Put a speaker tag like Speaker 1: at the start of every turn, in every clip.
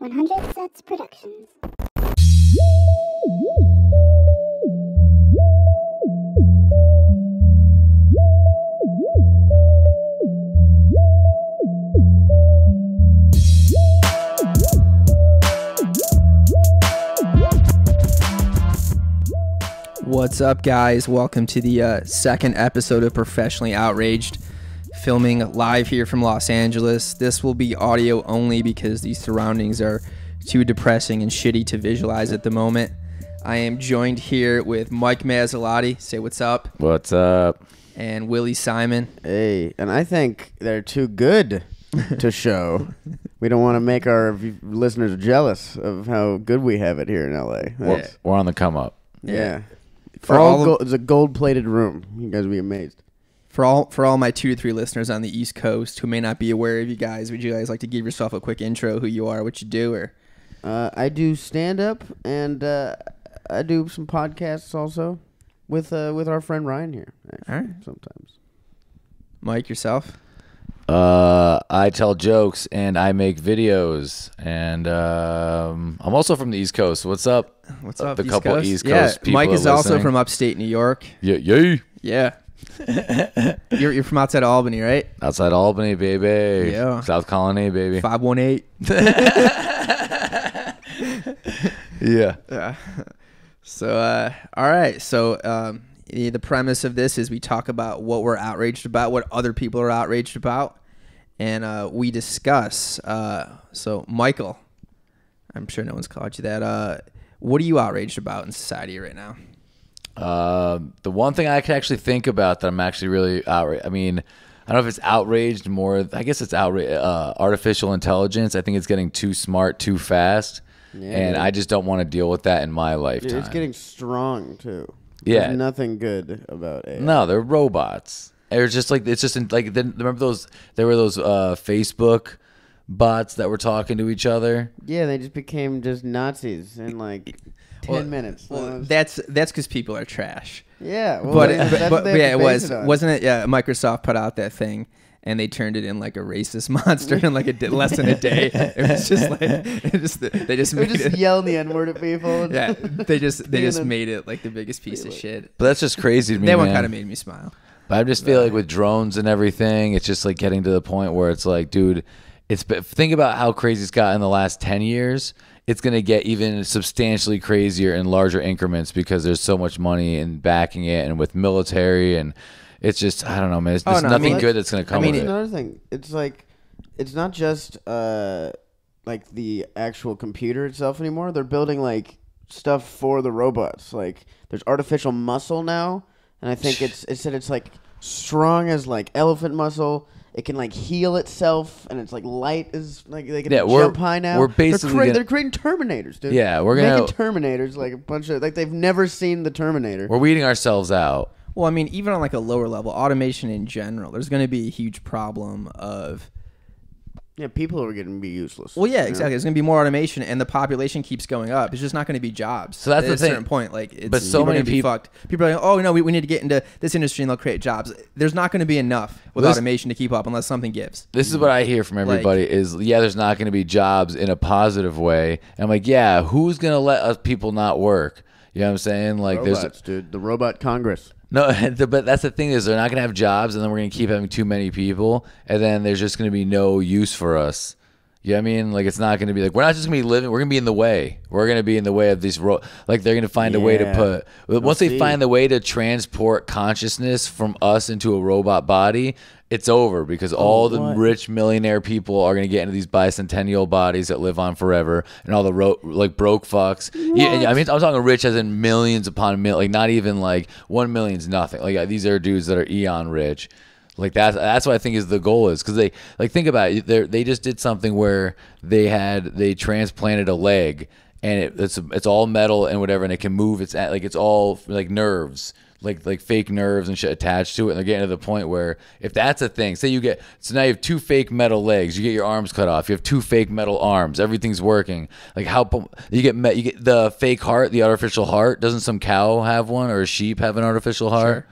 Speaker 1: 100 Sets Productions.
Speaker 2: What's up, guys? Welcome to the uh, second episode of Professionally Outraged, filming live here from Los Angeles. This will be audio only because the surroundings are too depressing and shitty to visualize at the moment. I am joined here with Mike Mazzalotti, say what's up,
Speaker 3: What's up?
Speaker 2: and Willie Simon.
Speaker 4: Hey, and I think they're too good to show. we don't want to make our v- listeners jealous of how good we have it here in LA. That's-
Speaker 3: We're on the come up.
Speaker 4: yeah.
Speaker 2: For
Speaker 4: For all,
Speaker 2: all of-
Speaker 4: gold, it's a gold-plated room. You guys would be amazed.
Speaker 2: For all for all my two to three listeners on the East Coast who may not be aware of you guys, would you guys like to give yourself a quick intro, who you are, what you do, or
Speaker 4: Uh, I do stand-up and uh, I do some podcasts also with uh, with our friend Ryan here. Actually,
Speaker 2: Alright.
Speaker 4: sometimes.
Speaker 2: Mike yourself?
Speaker 3: Uh, I tell jokes and I make videos, and um, I'm also from the East Coast. What's up?
Speaker 2: What's
Speaker 3: Uh,
Speaker 2: up,
Speaker 3: the couple East Coast
Speaker 2: yeah,
Speaker 3: people
Speaker 2: Mike is also
Speaker 3: listening.
Speaker 2: from upstate New York.
Speaker 3: Yeah, yay!
Speaker 2: Yeah. you're, you're from outside of Albany, right?
Speaker 3: Outside Albany, baby.
Speaker 2: Yeah.
Speaker 3: South Colony, baby.
Speaker 2: 518.
Speaker 3: Yeah.
Speaker 2: So, uh, all right. So, um, the the premise of this is we talk about what we're outraged about, what other people are outraged about, and uh, we discuss. Uh, so, Michael, I'm sure no one's called you that. Uh, what are you outraged about in society right now?
Speaker 3: Um, the one thing I can actually think about that I'm actually really outraged. I mean, I don't know if it's outraged more. I guess it's outraged. Uh, artificial intelligence. I think it's getting too smart, too fast, and I just don't want to deal with that in my lifetime.
Speaker 4: Dude, it's getting strong too.
Speaker 3: Yeah.
Speaker 4: There's nothing good about AI.
Speaker 3: No, they're robots. It was just like it's just in, like then remember those there were those uh, Facebook bots that were talking to each other.
Speaker 4: Yeah, they just became just Nazis in like ten
Speaker 2: Well,
Speaker 4: minutes.
Speaker 2: Well,
Speaker 4: Uh,
Speaker 2: that's that's because people are trash.
Speaker 4: Yeah, well,
Speaker 2: but,
Speaker 4: that's-
Speaker 2: but,
Speaker 4: that's
Speaker 2: but-
Speaker 4: what they have
Speaker 2: yeah,
Speaker 4: to
Speaker 2: it
Speaker 4: base
Speaker 2: was
Speaker 4: it on.
Speaker 2: wasn't it? Yeah, Microsoft put out that thing, and they turned it in like a racist monster in like a di- less than a day. It was just like it just they just
Speaker 4: They
Speaker 2: made
Speaker 4: just
Speaker 2: it.
Speaker 4: yelling the n word at people.
Speaker 2: yeah, they just they just
Speaker 4: Yeah.
Speaker 2: made it like the biggest piece of shit.
Speaker 3: But that's just crazy to me.
Speaker 2: That one
Speaker 3: man.
Speaker 2: kind of made me smile.
Speaker 3: But I just feel like with drones and everything, it's just like getting to the point where it's like, dude, it's been, think about how crazy it's gotten in the last ten years. It's gonna get even substantially crazier in larger increments because there's so much money in backing it and with military and it's just I don't know,
Speaker 4: Oh,
Speaker 3: man. It's, there's
Speaker 2: Oh, no, I mean,
Speaker 3: nothing
Speaker 2: let's-
Speaker 3: good that's gonna come
Speaker 2: mean,
Speaker 3: with
Speaker 4: That's
Speaker 3: it.
Speaker 4: another thing. It's like, it's not just uh, like the actual computer itself anymore. They're building like stuff for the robots. Like there's artificial muscle now, and I think it's it said it's like strong as like elephant muscle. It can like heal itself, and it's like light is like they can
Speaker 3: Yeah,
Speaker 4: jump
Speaker 3: we're-
Speaker 4: high now.
Speaker 3: we're
Speaker 4: They're
Speaker 3: basically
Speaker 4: crea-
Speaker 3: gonna-
Speaker 4: they're creating Terminators, dude.
Speaker 3: Yeah, we're gonna-
Speaker 4: making Terminators like a bunch of like they've never seen the Terminator.
Speaker 3: We're weeding ourselves out.
Speaker 2: Well, I mean, even on like a lower level, automation in general, there's going to be a huge problem of
Speaker 4: Yeah, people are going to be useless.
Speaker 2: Well, yeah, exactly. There's going to be more automation, and the population keeps going up. It's just not going to be jobs.
Speaker 3: So that's
Speaker 2: at
Speaker 3: the
Speaker 2: a
Speaker 3: thing.
Speaker 2: certain point. Like, it's,
Speaker 3: But so
Speaker 2: people are
Speaker 3: many
Speaker 2: gonna be
Speaker 3: peop-
Speaker 2: fucked. People are like, oh no, we, we need to get into this industry and they'll create jobs. There's not going to be enough with
Speaker 3: Well, this-
Speaker 2: automation to keep up unless something gives.
Speaker 3: This is what
Speaker 4: Mm.
Speaker 3: I hear from everybody is yeah, there's not going to be jobs in a positive way. And I'm like, yeah, who's going to let us people not work? You know what I'm saying? Like
Speaker 4: robots,
Speaker 3: there's
Speaker 4: dude. The robot Congress.
Speaker 3: no, the, but that's the thing is they're not going to have jobs, and then we're going to keep having too many people, and then there's just going to be no use for us. You know what I mean? Like it's not going to be like we're not just going to be living. We're going to be in the way. We're going to be in the way of these. Ro- like they're going to find a way to
Speaker 4: Yeah.
Speaker 3: put. Once they
Speaker 4: see.
Speaker 3: find the way to transport consciousness from us into a robot body, it's over because
Speaker 4: Oh,
Speaker 3: all the
Speaker 4: what?
Speaker 3: rich millionaire people are going to get into these bicentennial bodies that live on forever, and all the ro- like broke fucks. Yeah, and I mean, I'm talking rich as in millions upon millions, like not even like one million's nothing. Like uh, these are dudes that are eon rich. Like that's that's what I think is the goal is because they like think about it. They they just did something where they had they transplanted a leg and it, it's it's all metal and whatever and it can move. It's at, like it's all like nerves like like fake nerves and shit attached to it. And they're getting to the point where if that's a thing, say you get so now you have two fake metal legs, you get your arms cut off, you have two fake metal arms, everything's working. Like how po- you get met, you get the fake heart, the artificial heart. Doesn't some cow have one or a sheep have an artificial heart?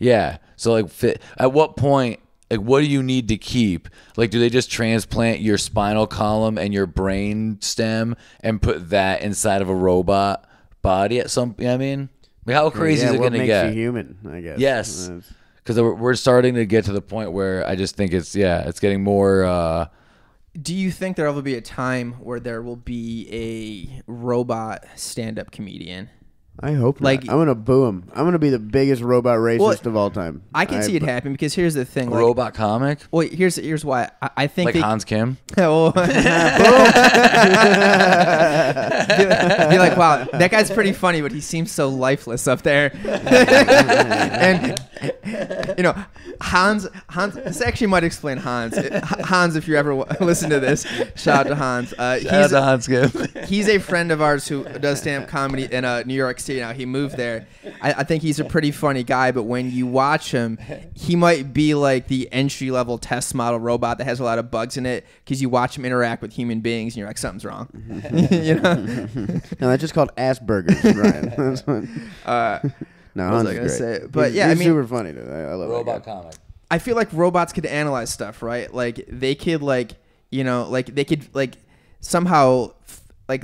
Speaker 3: Yeah. So like, fit, at what point like what do you need to keep like do they just transplant your spinal column and your brain stem and put that inside of a robot body at some you know what i mean like how crazy
Speaker 4: yeah,
Speaker 3: is it
Speaker 4: what
Speaker 3: going to
Speaker 4: makes
Speaker 3: get
Speaker 4: you human? I guess. Uh,
Speaker 3: Yes.
Speaker 4: That's-
Speaker 3: because we're, we're starting to get to the point where I just think it's yeah, it's getting more. Uh,
Speaker 2: Do you think there will be a time where there will be a robot stand-up comedian?
Speaker 4: I hope. Like
Speaker 2: Like-
Speaker 4: I'm gonna boo him. I'm gonna be the biggest robot racist
Speaker 2: Well,
Speaker 4: of all time.
Speaker 2: I can see it happen because here's the thing. Like,
Speaker 3: robot comic,
Speaker 2: Wait, here's here's why I, I think
Speaker 3: like
Speaker 2: they,
Speaker 3: Hans Kim.
Speaker 2: Oh. be, be like, wow, that guy's pretty funny, but he seems so lifeless up there. and you know, Hans, Hans, this actually might explain Hans. H- Hans, if you ever w- listen to this, shout out to Hans. Uh, he's,
Speaker 3: Hans Kim.
Speaker 2: he's a friend of ours who does stand up comedy in uh, New York City now. He moved there. I, I think he's a pretty funny guy, but when you watch him, he might be like the entry level test model robot that has a lot of bugs in it because you watch him interact with human beings and you're like, something's wrong. you know?
Speaker 4: No, that's just called Asperger's, Ryan. That's what.
Speaker 2: Uh,
Speaker 4: No,
Speaker 2: was I
Speaker 4: Hans is
Speaker 2: gonna
Speaker 4: great.
Speaker 2: say? But
Speaker 4: He's-
Speaker 2: yeah, I
Speaker 4: he's
Speaker 2: mean-
Speaker 4: super funny. Dude. I, I love that
Speaker 3: robot
Speaker 4: guy.
Speaker 3: comic.
Speaker 2: I feel like robots could analyze stuff, right? Like they could like you know like they could like somehow f- like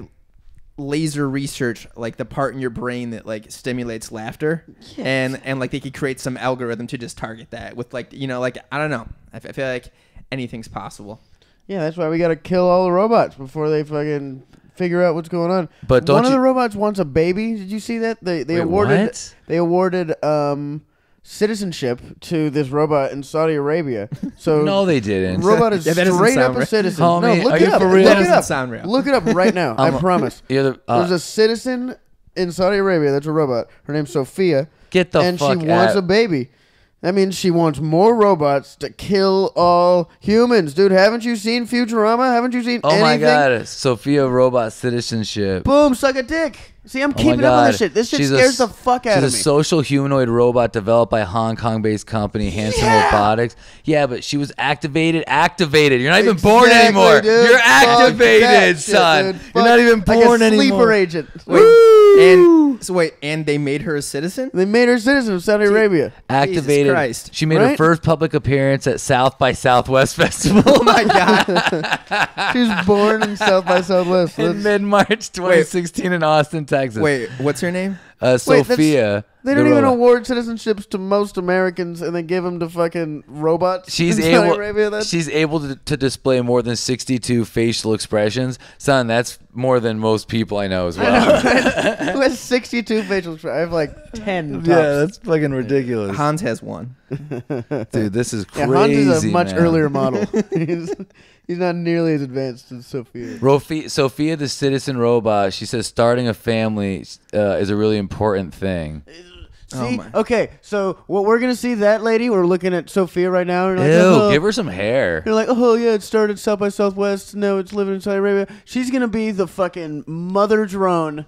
Speaker 2: laser research like the part in your brain that like stimulates laughter and and like they could create some algorithm to just target that with like you know like i don't know i, f- I feel like anything's possible
Speaker 4: Yeah, that's why we gotta kill all the robots before they fucking figure out what's going on.
Speaker 3: But don't
Speaker 4: one of
Speaker 3: you-
Speaker 4: the robots wants a baby. Did you see that? They they
Speaker 3: Wait,
Speaker 4: awarded
Speaker 3: what?
Speaker 4: they awarded um citizenship to this robot in Saudi Arabia. So
Speaker 3: No, they didn't.
Speaker 4: Robot is
Speaker 2: Yeah, that doesn't
Speaker 4: straight
Speaker 2: sound
Speaker 4: up a
Speaker 2: right.
Speaker 4: citizen.
Speaker 3: Homie,
Speaker 4: no, look
Speaker 3: are
Speaker 4: it
Speaker 3: you
Speaker 4: up.
Speaker 3: for
Speaker 4: Look
Speaker 3: real?
Speaker 4: it
Speaker 2: That doesn't
Speaker 4: up.
Speaker 2: sound real.
Speaker 4: Look it up right now. I
Speaker 3: I'm-
Speaker 4: promise.
Speaker 3: You're the- uh,
Speaker 4: There's a citizen in Saudi Arabia that's a robot. Her name's Sophia.
Speaker 3: Get the
Speaker 4: and
Speaker 3: fuck
Speaker 4: she wants
Speaker 3: out.
Speaker 4: a baby. That means she wants more robots to kill all humans, dude. Haven't you seen Futurama? Haven't you seen?
Speaker 3: oh my
Speaker 4: anything?
Speaker 3: god, Sophia robot citizenship.
Speaker 4: Boom! Suck a dick. See, I'm
Speaker 3: Oh my
Speaker 4: keeping up on
Speaker 3: God.
Speaker 4: this shit. This shit
Speaker 3: She's a
Speaker 4: scares
Speaker 3: s-
Speaker 4: the fuck out
Speaker 3: she's
Speaker 4: of me.
Speaker 3: a social humanoid robot developed by Hong Kong-based company Hanson Robotics. Yeah, but she was activated. Activated. You're not even born
Speaker 4: Exactly,
Speaker 3: anymore.
Speaker 4: dude.
Speaker 3: You're
Speaker 4: Fuck that
Speaker 3: activated,
Speaker 4: shit,
Speaker 3: son.
Speaker 4: dude.
Speaker 3: You're
Speaker 4: Fuck-
Speaker 3: not even
Speaker 4: like a
Speaker 3: born anymore.
Speaker 4: Sleeper agent.
Speaker 2: wait and so wait and they made her a citizen
Speaker 4: They made her a citizen of Saudi Arabia.
Speaker 3: activated.
Speaker 2: Christ.
Speaker 3: She made her
Speaker 4: Right?
Speaker 3: first public appearance at South by Southwest Festival
Speaker 2: oh my god
Speaker 4: She was born in South by Southwest. That's-
Speaker 3: in mid March 2016 in Austin, Texas.
Speaker 2: wait what's her name
Speaker 3: uh,
Speaker 4: Wait, that's-
Speaker 3: Sophia.
Speaker 4: They
Speaker 3: the
Speaker 4: don't even
Speaker 3: robot.
Speaker 4: award citizenships to most Americans, and they give them to fucking robots.
Speaker 3: She's
Speaker 4: in Saudi
Speaker 3: able.
Speaker 4: Arabia, that's-
Speaker 3: she's able to, to display more than 62 facial expressions. Son, that's more than most people I know as well.
Speaker 4: who has sixty-two facial. expressions? I have like ten. Tops.
Speaker 3: fucking ridiculous,
Speaker 2: hans has one
Speaker 3: dude. This is
Speaker 4: yeah,
Speaker 3: crazy.
Speaker 4: Hans is a much
Speaker 3: man.
Speaker 4: earlier model. he's, he's not nearly as advanced as Sophia.
Speaker 3: Rofi- Sophia, the citizen robot, she says starting a family uh, is a really important thing.
Speaker 2: Oh
Speaker 4: See,
Speaker 2: my.
Speaker 4: okay, so what we're gonna see that lady, we're looking at Sophia right now. And
Speaker 3: Ew,
Speaker 4: like, oh.
Speaker 3: give her some hair.
Speaker 4: You're like, oh yeah, it started South by Southwest. No, it's living in Saudi Arabia. She's gonna be the fucking mother drone.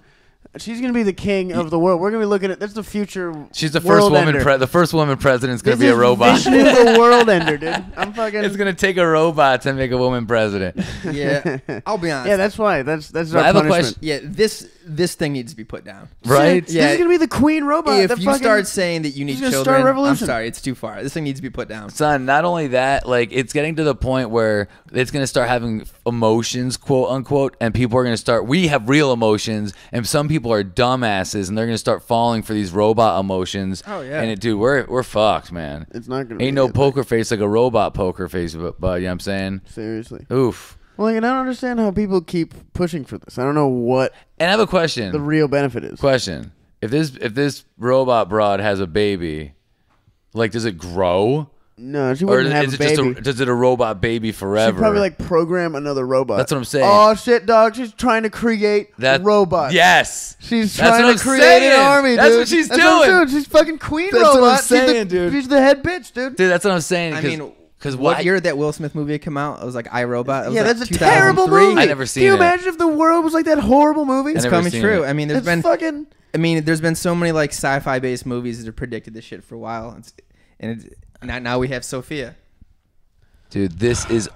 Speaker 4: She's gonna be the king of the world. We're gonna be looking at that's the future.
Speaker 3: She's the first
Speaker 4: world
Speaker 3: woman.
Speaker 4: ender.
Speaker 3: Pre- the first woman president's gonna
Speaker 4: This
Speaker 3: be a
Speaker 4: is
Speaker 3: robot.
Speaker 4: Vision of the world ender, dude. I'm fucking.
Speaker 3: it's gonna take a robot to make a woman president.
Speaker 2: yeah i'll be honest
Speaker 4: yeah, that's why. That's that's our
Speaker 3: I have a
Speaker 4: punishment.
Speaker 3: question.
Speaker 2: yeah this this thing needs to be put down
Speaker 3: Right?
Speaker 4: She's
Speaker 2: Yeah.
Speaker 4: gonna be the queen robot.
Speaker 2: if
Speaker 4: the
Speaker 2: you
Speaker 4: fucking-
Speaker 2: start saying that you need
Speaker 4: He's gonna
Speaker 2: children,
Speaker 4: start a revolution.
Speaker 2: I'm sorry, it's too far. This thing needs to be put down.
Speaker 3: Son, not only that, like it's getting to the point where it's gonna start having emotions, quote unquote, and people are gonna start. We have real emotions, and some people are dumbasses, and they're gonna start falling for these robot emotions.
Speaker 2: Oh, yeah.
Speaker 3: and it, dude, we're we're fucked, man.
Speaker 4: it's not gonna. be
Speaker 3: Ain't no
Speaker 4: good.
Speaker 3: poker face like a robot poker face, but, but you know what I'm saying?
Speaker 4: Seriously.
Speaker 3: Oof.
Speaker 4: Well, like, and I don't understand how people keep pushing for this. I don't know what
Speaker 3: And I have a question.
Speaker 4: the real benefit is.
Speaker 3: Question: If this if this robot broad has a baby, like does it grow,
Speaker 4: No, she
Speaker 3: or
Speaker 4: wouldn't
Speaker 3: is
Speaker 4: have
Speaker 3: it
Speaker 4: a baby.
Speaker 3: just a, does it a robot baby
Speaker 4: She'd
Speaker 3: forever?
Speaker 4: probably like program another robot.
Speaker 3: That's what I'm saying.
Speaker 4: Oh shit, dog! She's trying to create
Speaker 3: that
Speaker 4: robots.
Speaker 3: Yes.
Speaker 4: she's
Speaker 3: That's
Speaker 4: trying
Speaker 3: what
Speaker 4: to
Speaker 3: I'm
Speaker 4: create an
Speaker 3: saying.
Speaker 4: army.
Speaker 3: That's
Speaker 4: dude.
Speaker 3: what she's
Speaker 4: what I'm
Speaker 3: doing.
Speaker 4: She's fucking queen
Speaker 3: That's what
Speaker 4: robot.
Speaker 3: I'm
Speaker 4: she's the,
Speaker 3: saying, dude.
Speaker 4: She's the head bitch, dude.
Speaker 3: Dude, that's what I'm saying.
Speaker 2: I
Speaker 3: Cause,
Speaker 2: mean,
Speaker 3: because
Speaker 2: what
Speaker 3: why-
Speaker 2: year did that Will Smith movie come out? It was like I Robot. It was
Speaker 4: yeah,
Speaker 2: like
Speaker 4: that's a terrible
Speaker 2: 2003.
Speaker 4: movie.
Speaker 3: I never seen
Speaker 4: Can you
Speaker 3: it.
Speaker 4: imagine if the world was like that horrible movie?
Speaker 3: I
Speaker 2: It's
Speaker 3: never
Speaker 2: coming
Speaker 3: seen
Speaker 2: true.
Speaker 3: it.
Speaker 2: I mean, there's
Speaker 4: it's
Speaker 2: been.
Speaker 4: fucking.
Speaker 2: I mean, there's been so many like sci-fi based movies that have predicted this shit for a while, it's, and it's, now, now we have Sophia.
Speaker 3: Dude, this is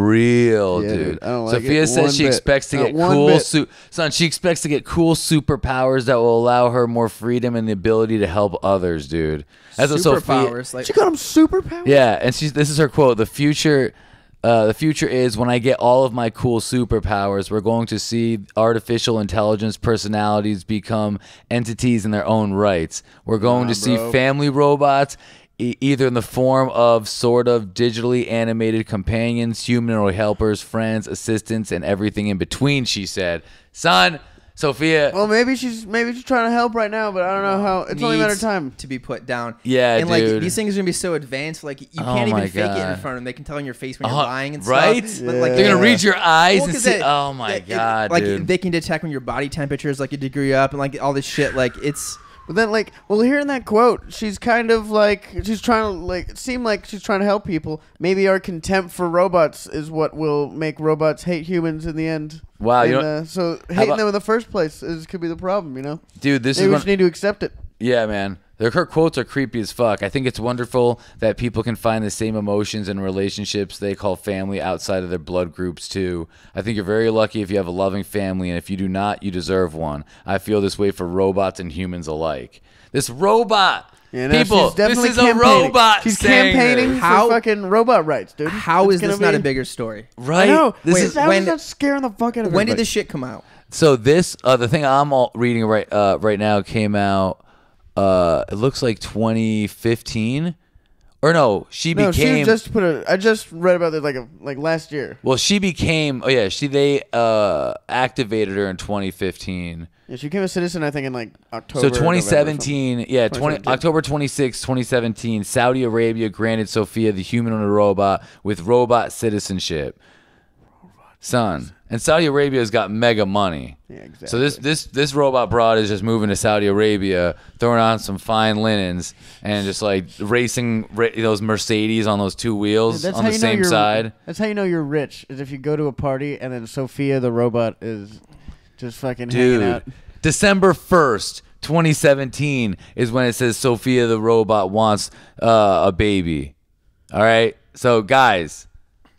Speaker 3: unreal,
Speaker 4: Yeah,
Speaker 3: dude.
Speaker 4: dude, I don't like
Speaker 3: Sophia
Speaker 4: it one
Speaker 3: says she
Speaker 4: bit.
Speaker 3: expects to
Speaker 4: Not
Speaker 3: get
Speaker 4: one
Speaker 3: cool
Speaker 4: bit.
Speaker 3: su- son, she expects to get cool superpowers that will allow her more freedom and the ability to help others, dude. That's what Sophia
Speaker 2: Superpowers, like
Speaker 4: She got him superpowers.
Speaker 3: Yeah, and she's this is her quote. The future uh, the future is when I get all of my cool superpowers, we're going to see artificial intelligence personalities become entities in their own rights. We're going to see family robots e- either in the form of sort of digitally animated companions, humanoid helpers, friends, assistants, and everything in between, she said. Son, Sophia,
Speaker 4: Well, maybe she's maybe she's trying to help right now, but I don't know how. It's only a matter of
Speaker 2: needs
Speaker 4: time.
Speaker 2: to be put down.
Speaker 3: Yeah,
Speaker 2: and like
Speaker 3: dude.
Speaker 2: these things are gonna be so advanced, like you
Speaker 3: Oh
Speaker 2: can't even
Speaker 3: my
Speaker 2: fake it in
Speaker 3: God.
Speaker 2: front of them. They can tell in your face when you're
Speaker 3: Uh-huh,
Speaker 2: lying and
Speaker 3: right?
Speaker 2: stuff. But, like,
Speaker 3: they're gonna read your eyes
Speaker 2: Well,
Speaker 3: and
Speaker 2: 'cause
Speaker 3: see.
Speaker 2: it-
Speaker 3: oh my
Speaker 2: it- it-
Speaker 3: god,
Speaker 2: Like
Speaker 3: dude!
Speaker 2: they can detect when your body temperature is like a degree up and like all this shit. Like it's
Speaker 4: But then, like, well, here in that quote, she's kind of like she's trying to like it seemed like she's trying to help people. Maybe our contempt for robots is what will make robots hate humans in the end.
Speaker 3: Wow,
Speaker 4: and,
Speaker 3: you know-
Speaker 4: uh, so hating
Speaker 3: about-
Speaker 4: them in the first place is could be the problem, you know.
Speaker 3: dude, this
Speaker 4: Maybe
Speaker 3: is
Speaker 4: we
Speaker 3: one,
Speaker 4: just need to accept it.
Speaker 3: Yeah, man. Their, her quotes are creepy as fuck. I think it's wonderful that people can find the same emotions and relationships they call family outside of their blood groups, too. I think you're very lucky if you have a loving family, and if you do not, you deserve one. I feel this way for robots and humans alike. This robot!
Speaker 4: You know,
Speaker 3: people,
Speaker 4: she's definitely
Speaker 3: this is a
Speaker 4: campaigning.
Speaker 3: robot
Speaker 4: She's
Speaker 3: saying
Speaker 4: campaigning
Speaker 3: this.
Speaker 4: for
Speaker 2: How-
Speaker 4: fucking robot rights, dude.
Speaker 2: how
Speaker 4: It's
Speaker 2: is this
Speaker 4: gonna
Speaker 2: not a
Speaker 4: be-
Speaker 2: bigger story?
Speaker 3: Right?
Speaker 4: I know.
Speaker 3: This
Speaker 4: Wait,
Speaker 3: is
Speaker 4: how
Speaker 2: when-
Speaker 4: is that scaring the fuck out of
Speaker 2: When did
Speaker 4: everybody?
Speaker 2: this shit come out?
Speaker 3: So this uh, the thing I'm all reading right uh, right now came out. Uh, it looks like 2015, or no? She
Speaker 4: No,
Speaker 3: became
Speaker 4: she just put a. I just read about this like a like last year.
Speaker 3: well. She became oh yeah. She they uh, activated her in 2015.
Speaker 4: Yeah, she became a citizen, I think, in like October.
Speaker 3: So
Speaker 4: or November or something.
Speaker 3: 2017, yeah, 20,
Speaker 4: 2017.
Speaker 3: October 26, 2017, Saudi Arabia granted Sophia the humanoid robot with robot citizenship. Son, and Saudi Arabia's got mega money.
Speaker 4: Yeah, exactly.
Speaker 3: So this this this robot broad is just moving to Saudi Arabia, throwing on some fine linens, and just like racing ra- those Mercedes on those two wheels on the same
Speaker 4: you're,
Speaker 3: side.
Speaker 4: That's how you know you're rich is if you go to a party and then Sophia the robot is just fucking hanging
Speaker 3: Dude,
Speaker 4: out.
Speaker 3: December 1st, 2017 is when it says Sophia the robot wants uh, a baby. All right. So, guys,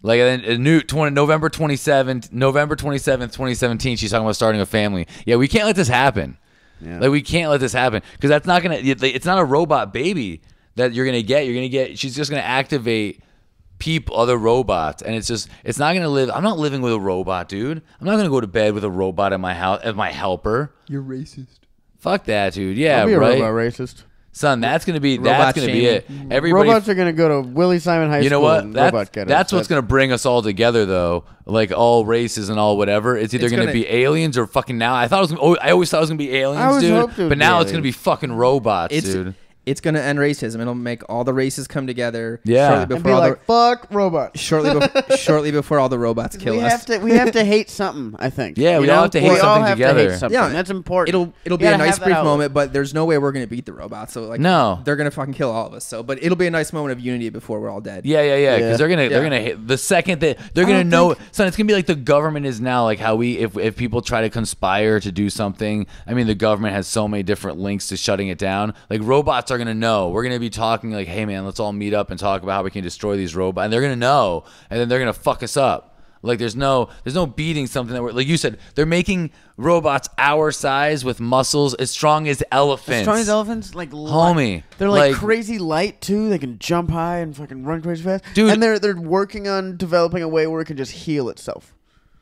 Speaker 3: like then a new 20, November 27th, November 27th, 2017, she's talking about starting a family. Yeah, we can't let this happen. Like we can't let this happen because that's not gonna. It's not a robot baby that you're gonna get. You're gonna get. She's just gonna activate peep other robots, and it's just. It's not gonna live. I'm not living with a robot, dude. I'm not gonna go to bed with a robot in my house as my helper.
Speaker 2: You're racist.
Speaker 3: Fuck that, dude. Yeah,
Speaker 4: Don't be a
Speaker 3: right,
Speaker 4: robot racist.
Speaker 3: son. That's gonna be.
Speaker 2: Robot
Speaker 3: that's gonna be it.
Speaker 2: shaming.
Speaker 3: Everybody.
Speaker 4: Robots are gonna go to Willie Simon High
Speaker 3: you know
Speaker 4: School.
Speaker 3: what?
Speaker 4: and
Speaker 3: That's,
Speaker 4: robot ghettos.
Speaker 3: that's what's going to bring us all together, though. Like all races and all whatever. It's either
Speaker 2: It's
Speaker 3: going to
Speaker 2: gonna-
Speaker 3: be aliens or fucking now. I thought it was. Gonna, oh, I always thought it was going to be aliens,
Speaker 4: always
Speaker 3: dude.
Speaker 4: hoped it would
Speaker 3: But
Speaker 4: be
Speaker 3: now it's going to be
Speaker 4: aliens.
Speaker 3: fucking robots,
Speaker 2: It's
Speaker 3: dude.
Speaker 2: it's gonna end racism. It'll make all the races come together.
Speaker 3: Yeah.
Speaker 2: Shortly
Speaker 3: And
Speaker 2: before
Speaker 3: be
Speaker 4: and be
Speaker 2: all
Speaker 4: like
Speaker 2: the,
Speaker 4: fuck robots.
Speaker 2: shortly bef- shortly before all the robots kill
Speaker 4: we
Speaker 2: us.
Speaker 4: have to we have to hate something. I think.
Speaker 3: Yeah,
Speaker 4: You
Speaker 3: we all
Speaker 4: know?
Speaker 3: have to hate
Speaker 4: We all
Speaker 3: something
Speaker 4: have to
Speaker 3: together.
Speaker 4: hate something. that's important.
Speaker 2: It'll it'll
Speaker 4: You
Speaker 2: be a
Speaker 4: gotta
Speaker 2: nice
Speaker 4: have that
Speaker 2: brief
Speaker 4: outlet.
Speaker 2: moment, but there's no way we're gonna beat the robots. So like,
Speaker 3: No.
Speaker 2: they're gonna fucking kill all of us. So, but it'll be a nice moment of unity before we're all dead.
Speaker 3: Yeah, yeah, yeah. Because
Speaker 4: Yeah.
Speaker 3: they're gonna they're
Speaker 2: Yeah.
Speaker 3: gonna hit the second that they're gonna
Speaker 4: don't
Speaker 3: know. Son, it's gonna be like the government is now. Like how we if if people try to conspire to do something. I mean, the government has so many different links to shutting it down. Like robots are gonna know. We're gonna be talking like, hey man, let's all meet up and talk about how we can destroy these robots. And they're gonna know, and then they're gonna fuck us up. Like there's no there's no beating something that we're like you said they're making robots our size with muscles as strong as elephants.
Speaker 4: As strong as elephants, like li-
Speaker 3: Homie,
Speaker 4: They're like,
Speaker 3: like-
Speaker 4: crazy light too. They can jump high and fucking run crazy fast.
Speaker 3: Dude-
Speaker 4: and they're they're working on developing a way where it can just heal itself.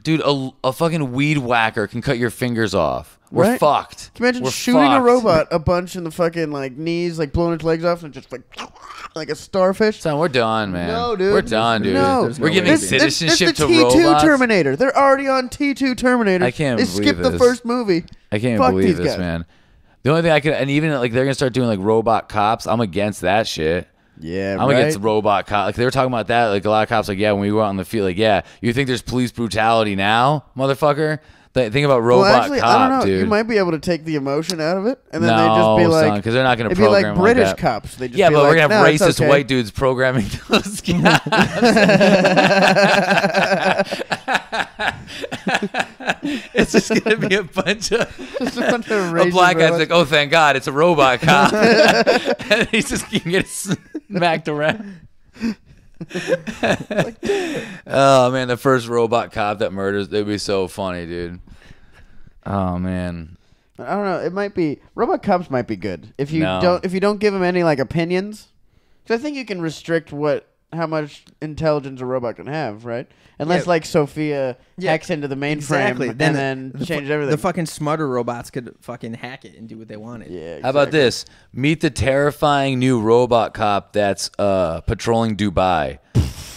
Speaker 3: Dude, a, a fucking weed whacker can cut your fingers off. We're
Speaker 4: Right?
Speaker 3: fucked.
Speaker 4: Can you imagine
Speaker 3: We're
Speaker 4: shooting a
Speaker 3: fucked.
Speaker 4: robot a bunch in the fucking like knees, like blowing its legs off, and just like like a starfish?
Speaker 3: Son, we're done, man.
Speaker 4: No, dude.
Speaker 3: We're done, dude.
Speaker 4: No.
Speaker 2: There's
Speaker 3: we're
Speaker 2: no
Speaker 3: giving
Speaker 2: way to
Speaker 4: This,
Speaker 2: do
Speaker 4: this, this
Speaker 3: citizenship
Speaker 4: is the
Speaker 3: to
Speaker 4: T2
Speaker 3: robots.
Speaker 4: Terminator. They're already on T2 Terminator.
Speaker 3: I can't
Speaker 4: They
Speaker 3: believe
Speaker 4: skipped the
Speaker 3: this.
Speaker 4: first movie.
Speaker 3: I can't
Speaker 4: Fuck
Speaker 3: believe
Speaker 4: these
Speaker 3: this,
Speaker 4: guys.
Speaker 3: man. The only thing I could, and even like they're gonna start doing like robot cops. I'm against that shit.
Speaker 4: Yeah,
Speaker 3: I'm
Speaker 4: right.
Speaker 3: against robot cops. Like they were talking about that. Like a lot of cops, like yeah, when we go out in the field, like yeah, you think there's police brutality now, motherfucker? Th- think about
Speaker 4: well,
Speaker 3: robot
Speaker 4: actually,
Speaker 3: cop,
Speaker 4: I don't know.
Speaker 3: dude.
Speaker 4: You might be able to take the emotion out of it, and then
Speaker 3: no,
Speaker 4: they just be like,
Speaker 3: because they're not going to
Speaker 4: it'd be
Speaker 3: program
Speaker 4: like British
Speaker 3: that.
Speaker 4: cops. They just
Speaker 3: yeah,
Speaker 4: be
Speaker 3: but
Speaker 4: like,
Speaker 3: we're gonna have
Speaker 4: "No, it's
Speaker 3: racist
Speaker 4: okay."
Speaker 3: white dudes programming those cops. it's just gonna be a bunch of.
Speaker 4: Just a bunch of
Speaker 3: A
Speaker 4: racist
Speaker 3: black guy's
Speaker 4: robots.
Speaker 3: like, oh, thank God, it's a robot cop. and he's just going to get smacked around. Oh man, the first robot cop that murders it'd be so funny, dude. Oh man.
Speaker 4: I don't know. It might be Robot Cops might be good if you
Speaker 3: No.
Speaker 4: don't if you don't give them any like opinions. Because I think you can restrict what how much intelligence a robot can have, right? Unless
Speaker 2: Yeah.
Speaker 4: like Sophia
Speaker 2: Yeah,
Speaker 4: hacks into the mainframe
Speaker 2: Exactly.
Speaker 4: and
Speaker 2: Then
Speaker 4: then,
Speaker 2: the- the fu-
Speaker 4: changes everything.
Speaker 2: The fucking smutter robots could fucking hack it and do what they wanted.
Speaker 4: yeah.
Speaker 3: How about
Speaker 4: exactly.
Speaker 3: this? Meet the terrifying new robot cop that's uh patrolling Dubai.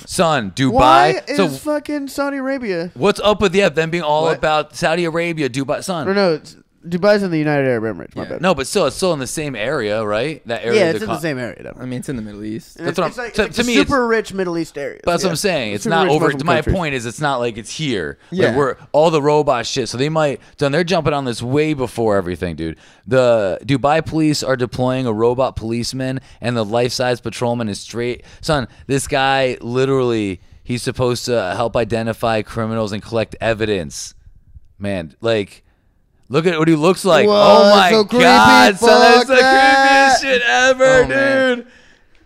Speaker 3: Son,
Speaker 4: Why
Speaker 3: Dubai.
Speaker 4: is fucking Saudi Arabia?
Speaker 3: what's up with yeah, them being all
Speaker 4: What?
Speaker 3: about Saudi Arabia, Dubai son?
Speaker 4: Or no, it's, Dubai's in the United Arab Emirates. My bad.
Speaker 3: No, but still, it's still in the same area, right? That area.
Speaker 4: yeah,
Speaker 3: of
Speaker 4: it's in the
Speaker 3: con-
Speaker 4: same area. Though.
Speaker 2: I mean, it's in the Middle East.
Speaker 3: That's what I'm-
Speaker 4: it's like,
Speaker 3: to-
Speaker 4: it's
Speaker 3: to
Speaker 4: like
Speaker 3: me,
Speaker 4: the
Speaker 3: it's-
Speaker 4: super rich Middle East area.
Speaker 3: But that's what I'm saying. It's not over. My point is, it's not like it's here.
Speaker 2: Yeah.
Speaker 3: Like we're all the robot shit. So they might. Done. They're jumping on this way before everything, dude. The Dubai police are deploying a robot policeman, and the life-size patrolman is straight. Son, this guy literally. He's supposed to help identify criminals and collect evidence. Man, like. Look at what he looks like.
Speaker 4: Whoa,
Speaker 3: oh
Speaker 4: that's
Speaker 3: my
Speaker 4: so creepy.
Speaker 3: god, son,
Speaker 4: Fuck
Speaker 3: that's the
Speaker 4: that.
Speaker 3: creepiest shit ever,
Speaker 2: Oh, man.
Speaker 3: dude.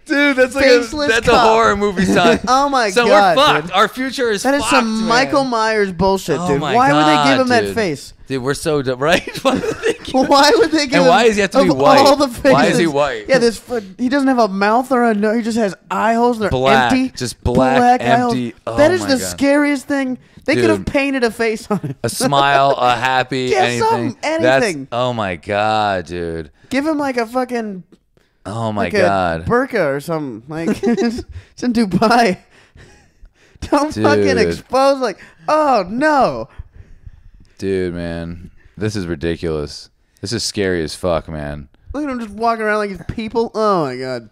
Speaker 3: Dude, that's like
Speaker 4: Faceless
Speaker 3: a, that's
Speaker 4: cop.
Speaker 3: a horror movie son.
Speaker 4: Oh my
Speaker 3: so
Speaker 4: God,
Speaker 3: we're fucked.
Speaker 4: dude.
Speaker 3: Our future is
Speaker 4: That is
Speaker 3: fucked,
Speaker 4: some
Speaker 3: man.
Speaker 4: Michael Myers bullshit,
Speaker 3: Oh
Speaker 4: dude.
Speaker 3: my
Speaker 4: why would they give
Speaker 3: God,
Speaker 4: him that
Speaker 3: dude.
Speaker 4: face?
Speaker 3: Dude, we're so dumb, right? Why would they give-
Speaker 4: Why would they give
Speaker 3: And
Speaker 4: him?
Speaker 3: why does he have to be
Speaker 4: of
Speaker 3: white?
Speaker 4: All the faces,
Speaker 3: Why is he white?
Speaker 4: Yeah, this foot. He doesn't have a mouth or a nose. He just has eye holes. They're
Speaker 3: Black.
Speaker 4: empty.
Speaker 3: Just black,
Speaker 4: eye holes.
Speaker 3: empty. Oh
Speaker 4: that is
Speaker 3: my
Speaker 4: the
Speaker 3: God.
Speaker 4: scariest thing. They could have
Speaker 3: Dude.
Speaker 4: painted a face on him.
Speaker 3: a smile, a happy,
Speaker 4: Yeah,
Speaker 3: anything.
Speaker 4: something,
Speaker 3: That's-
Speaker 4: anything.
Speaker 3: oh my god, dude.
Speaker 4: Give him like a fucking
Speaker 3: Oh my
Speaker 4: like a
Speaker 3: god.
Speaker 4: burqa or something. Like it's in Dubai. Don't fucking
Speaker 3: Dude.
Speaker 4: expose. Like, oh no.
Speaker 3: dude, man. This is ridiculous. This is scary as fuck, man.
Speaker 4: Look at him just walking around like he's people. Oh my god.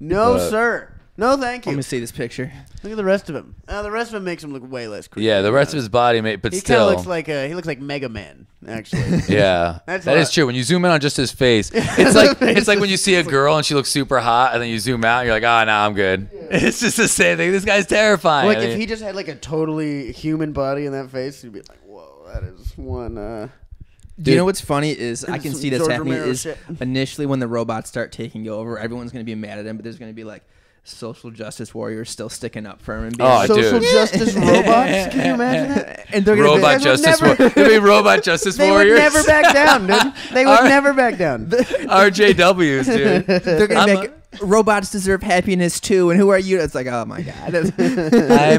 Speaker 4: No,
Speaker 3: But-
Speaker 4: sir. No, thank
Speaker 2: Let
Speaker 4: you.
Speaker 2: me see this picture.
Speaker 4: Look at the rest of him. Uh, the rest of him makes him look way less creepy.
Speaker 3: Yeah, the rest of his body mate, but
Speaker 4: He kind
Speaker 3: still
Speaker 4: of looks like uh, he looks like Mega Man, actually.
Speaker 3: Yeah,
Speaker 4: That's
Speaker 3: that's
Speaker 4: a lot.
Speaker 3: true. When you zoom in on just his face, it's like
Speaker 4: Face
Speaker 3: it's like when
Speaker 4: is-
Speaker 3: you see a girl and she looks super hot, and then you zoom out, and you're like, oh, no, I'm good. It's just the same thing. This guy's terrifying.
Speaker 4: like
Speaker 3: I
Speaker 4: if
Speaker 3: mean,
Speaker 4: he just had like a totally human body in that face, you'd be like, "Whoa, that is one." Uh,
Speaker 2: Do you
Speaker 3: Dude.
Speaker 2: know what's funny is I can
Speaker 4: Some
Speaker 2: see this
Speaker 4: George
Speaker 2: happening
Speaker 4: Romero
Speaker 2: is
Speaker 4: shit.
Speaker 2: initially when the robots start taking over, everyone's gonna be mad at him, but there's gonna be like social justice warriors still sticking up for him and being
Speaker 3: Oh,
Speaker 2: like,
Speaker 3: dude.
Speaker 4: social justice robots. Can you imagine that?
Speaker 2: and they're gonna be-
Speaker 3: robot
Speaker 4: they would
Speaker 3: justice,
Speaker 4: never-
Speaker 3: war- it'd be robot justice
Speaker 4: They
Speaker 3: warriors.
Speaker 4: would never back down, dude. They would
Speaker 3: Our-
Speaker 4: never back down.
Speaker 3: RJWs, dude.
Speaker 2: they're gonna
Speaker 3: I'm
Speaker 2: make robots deserve happiness too, and who are you? It's like, oh my god,
Speaker 3: I'm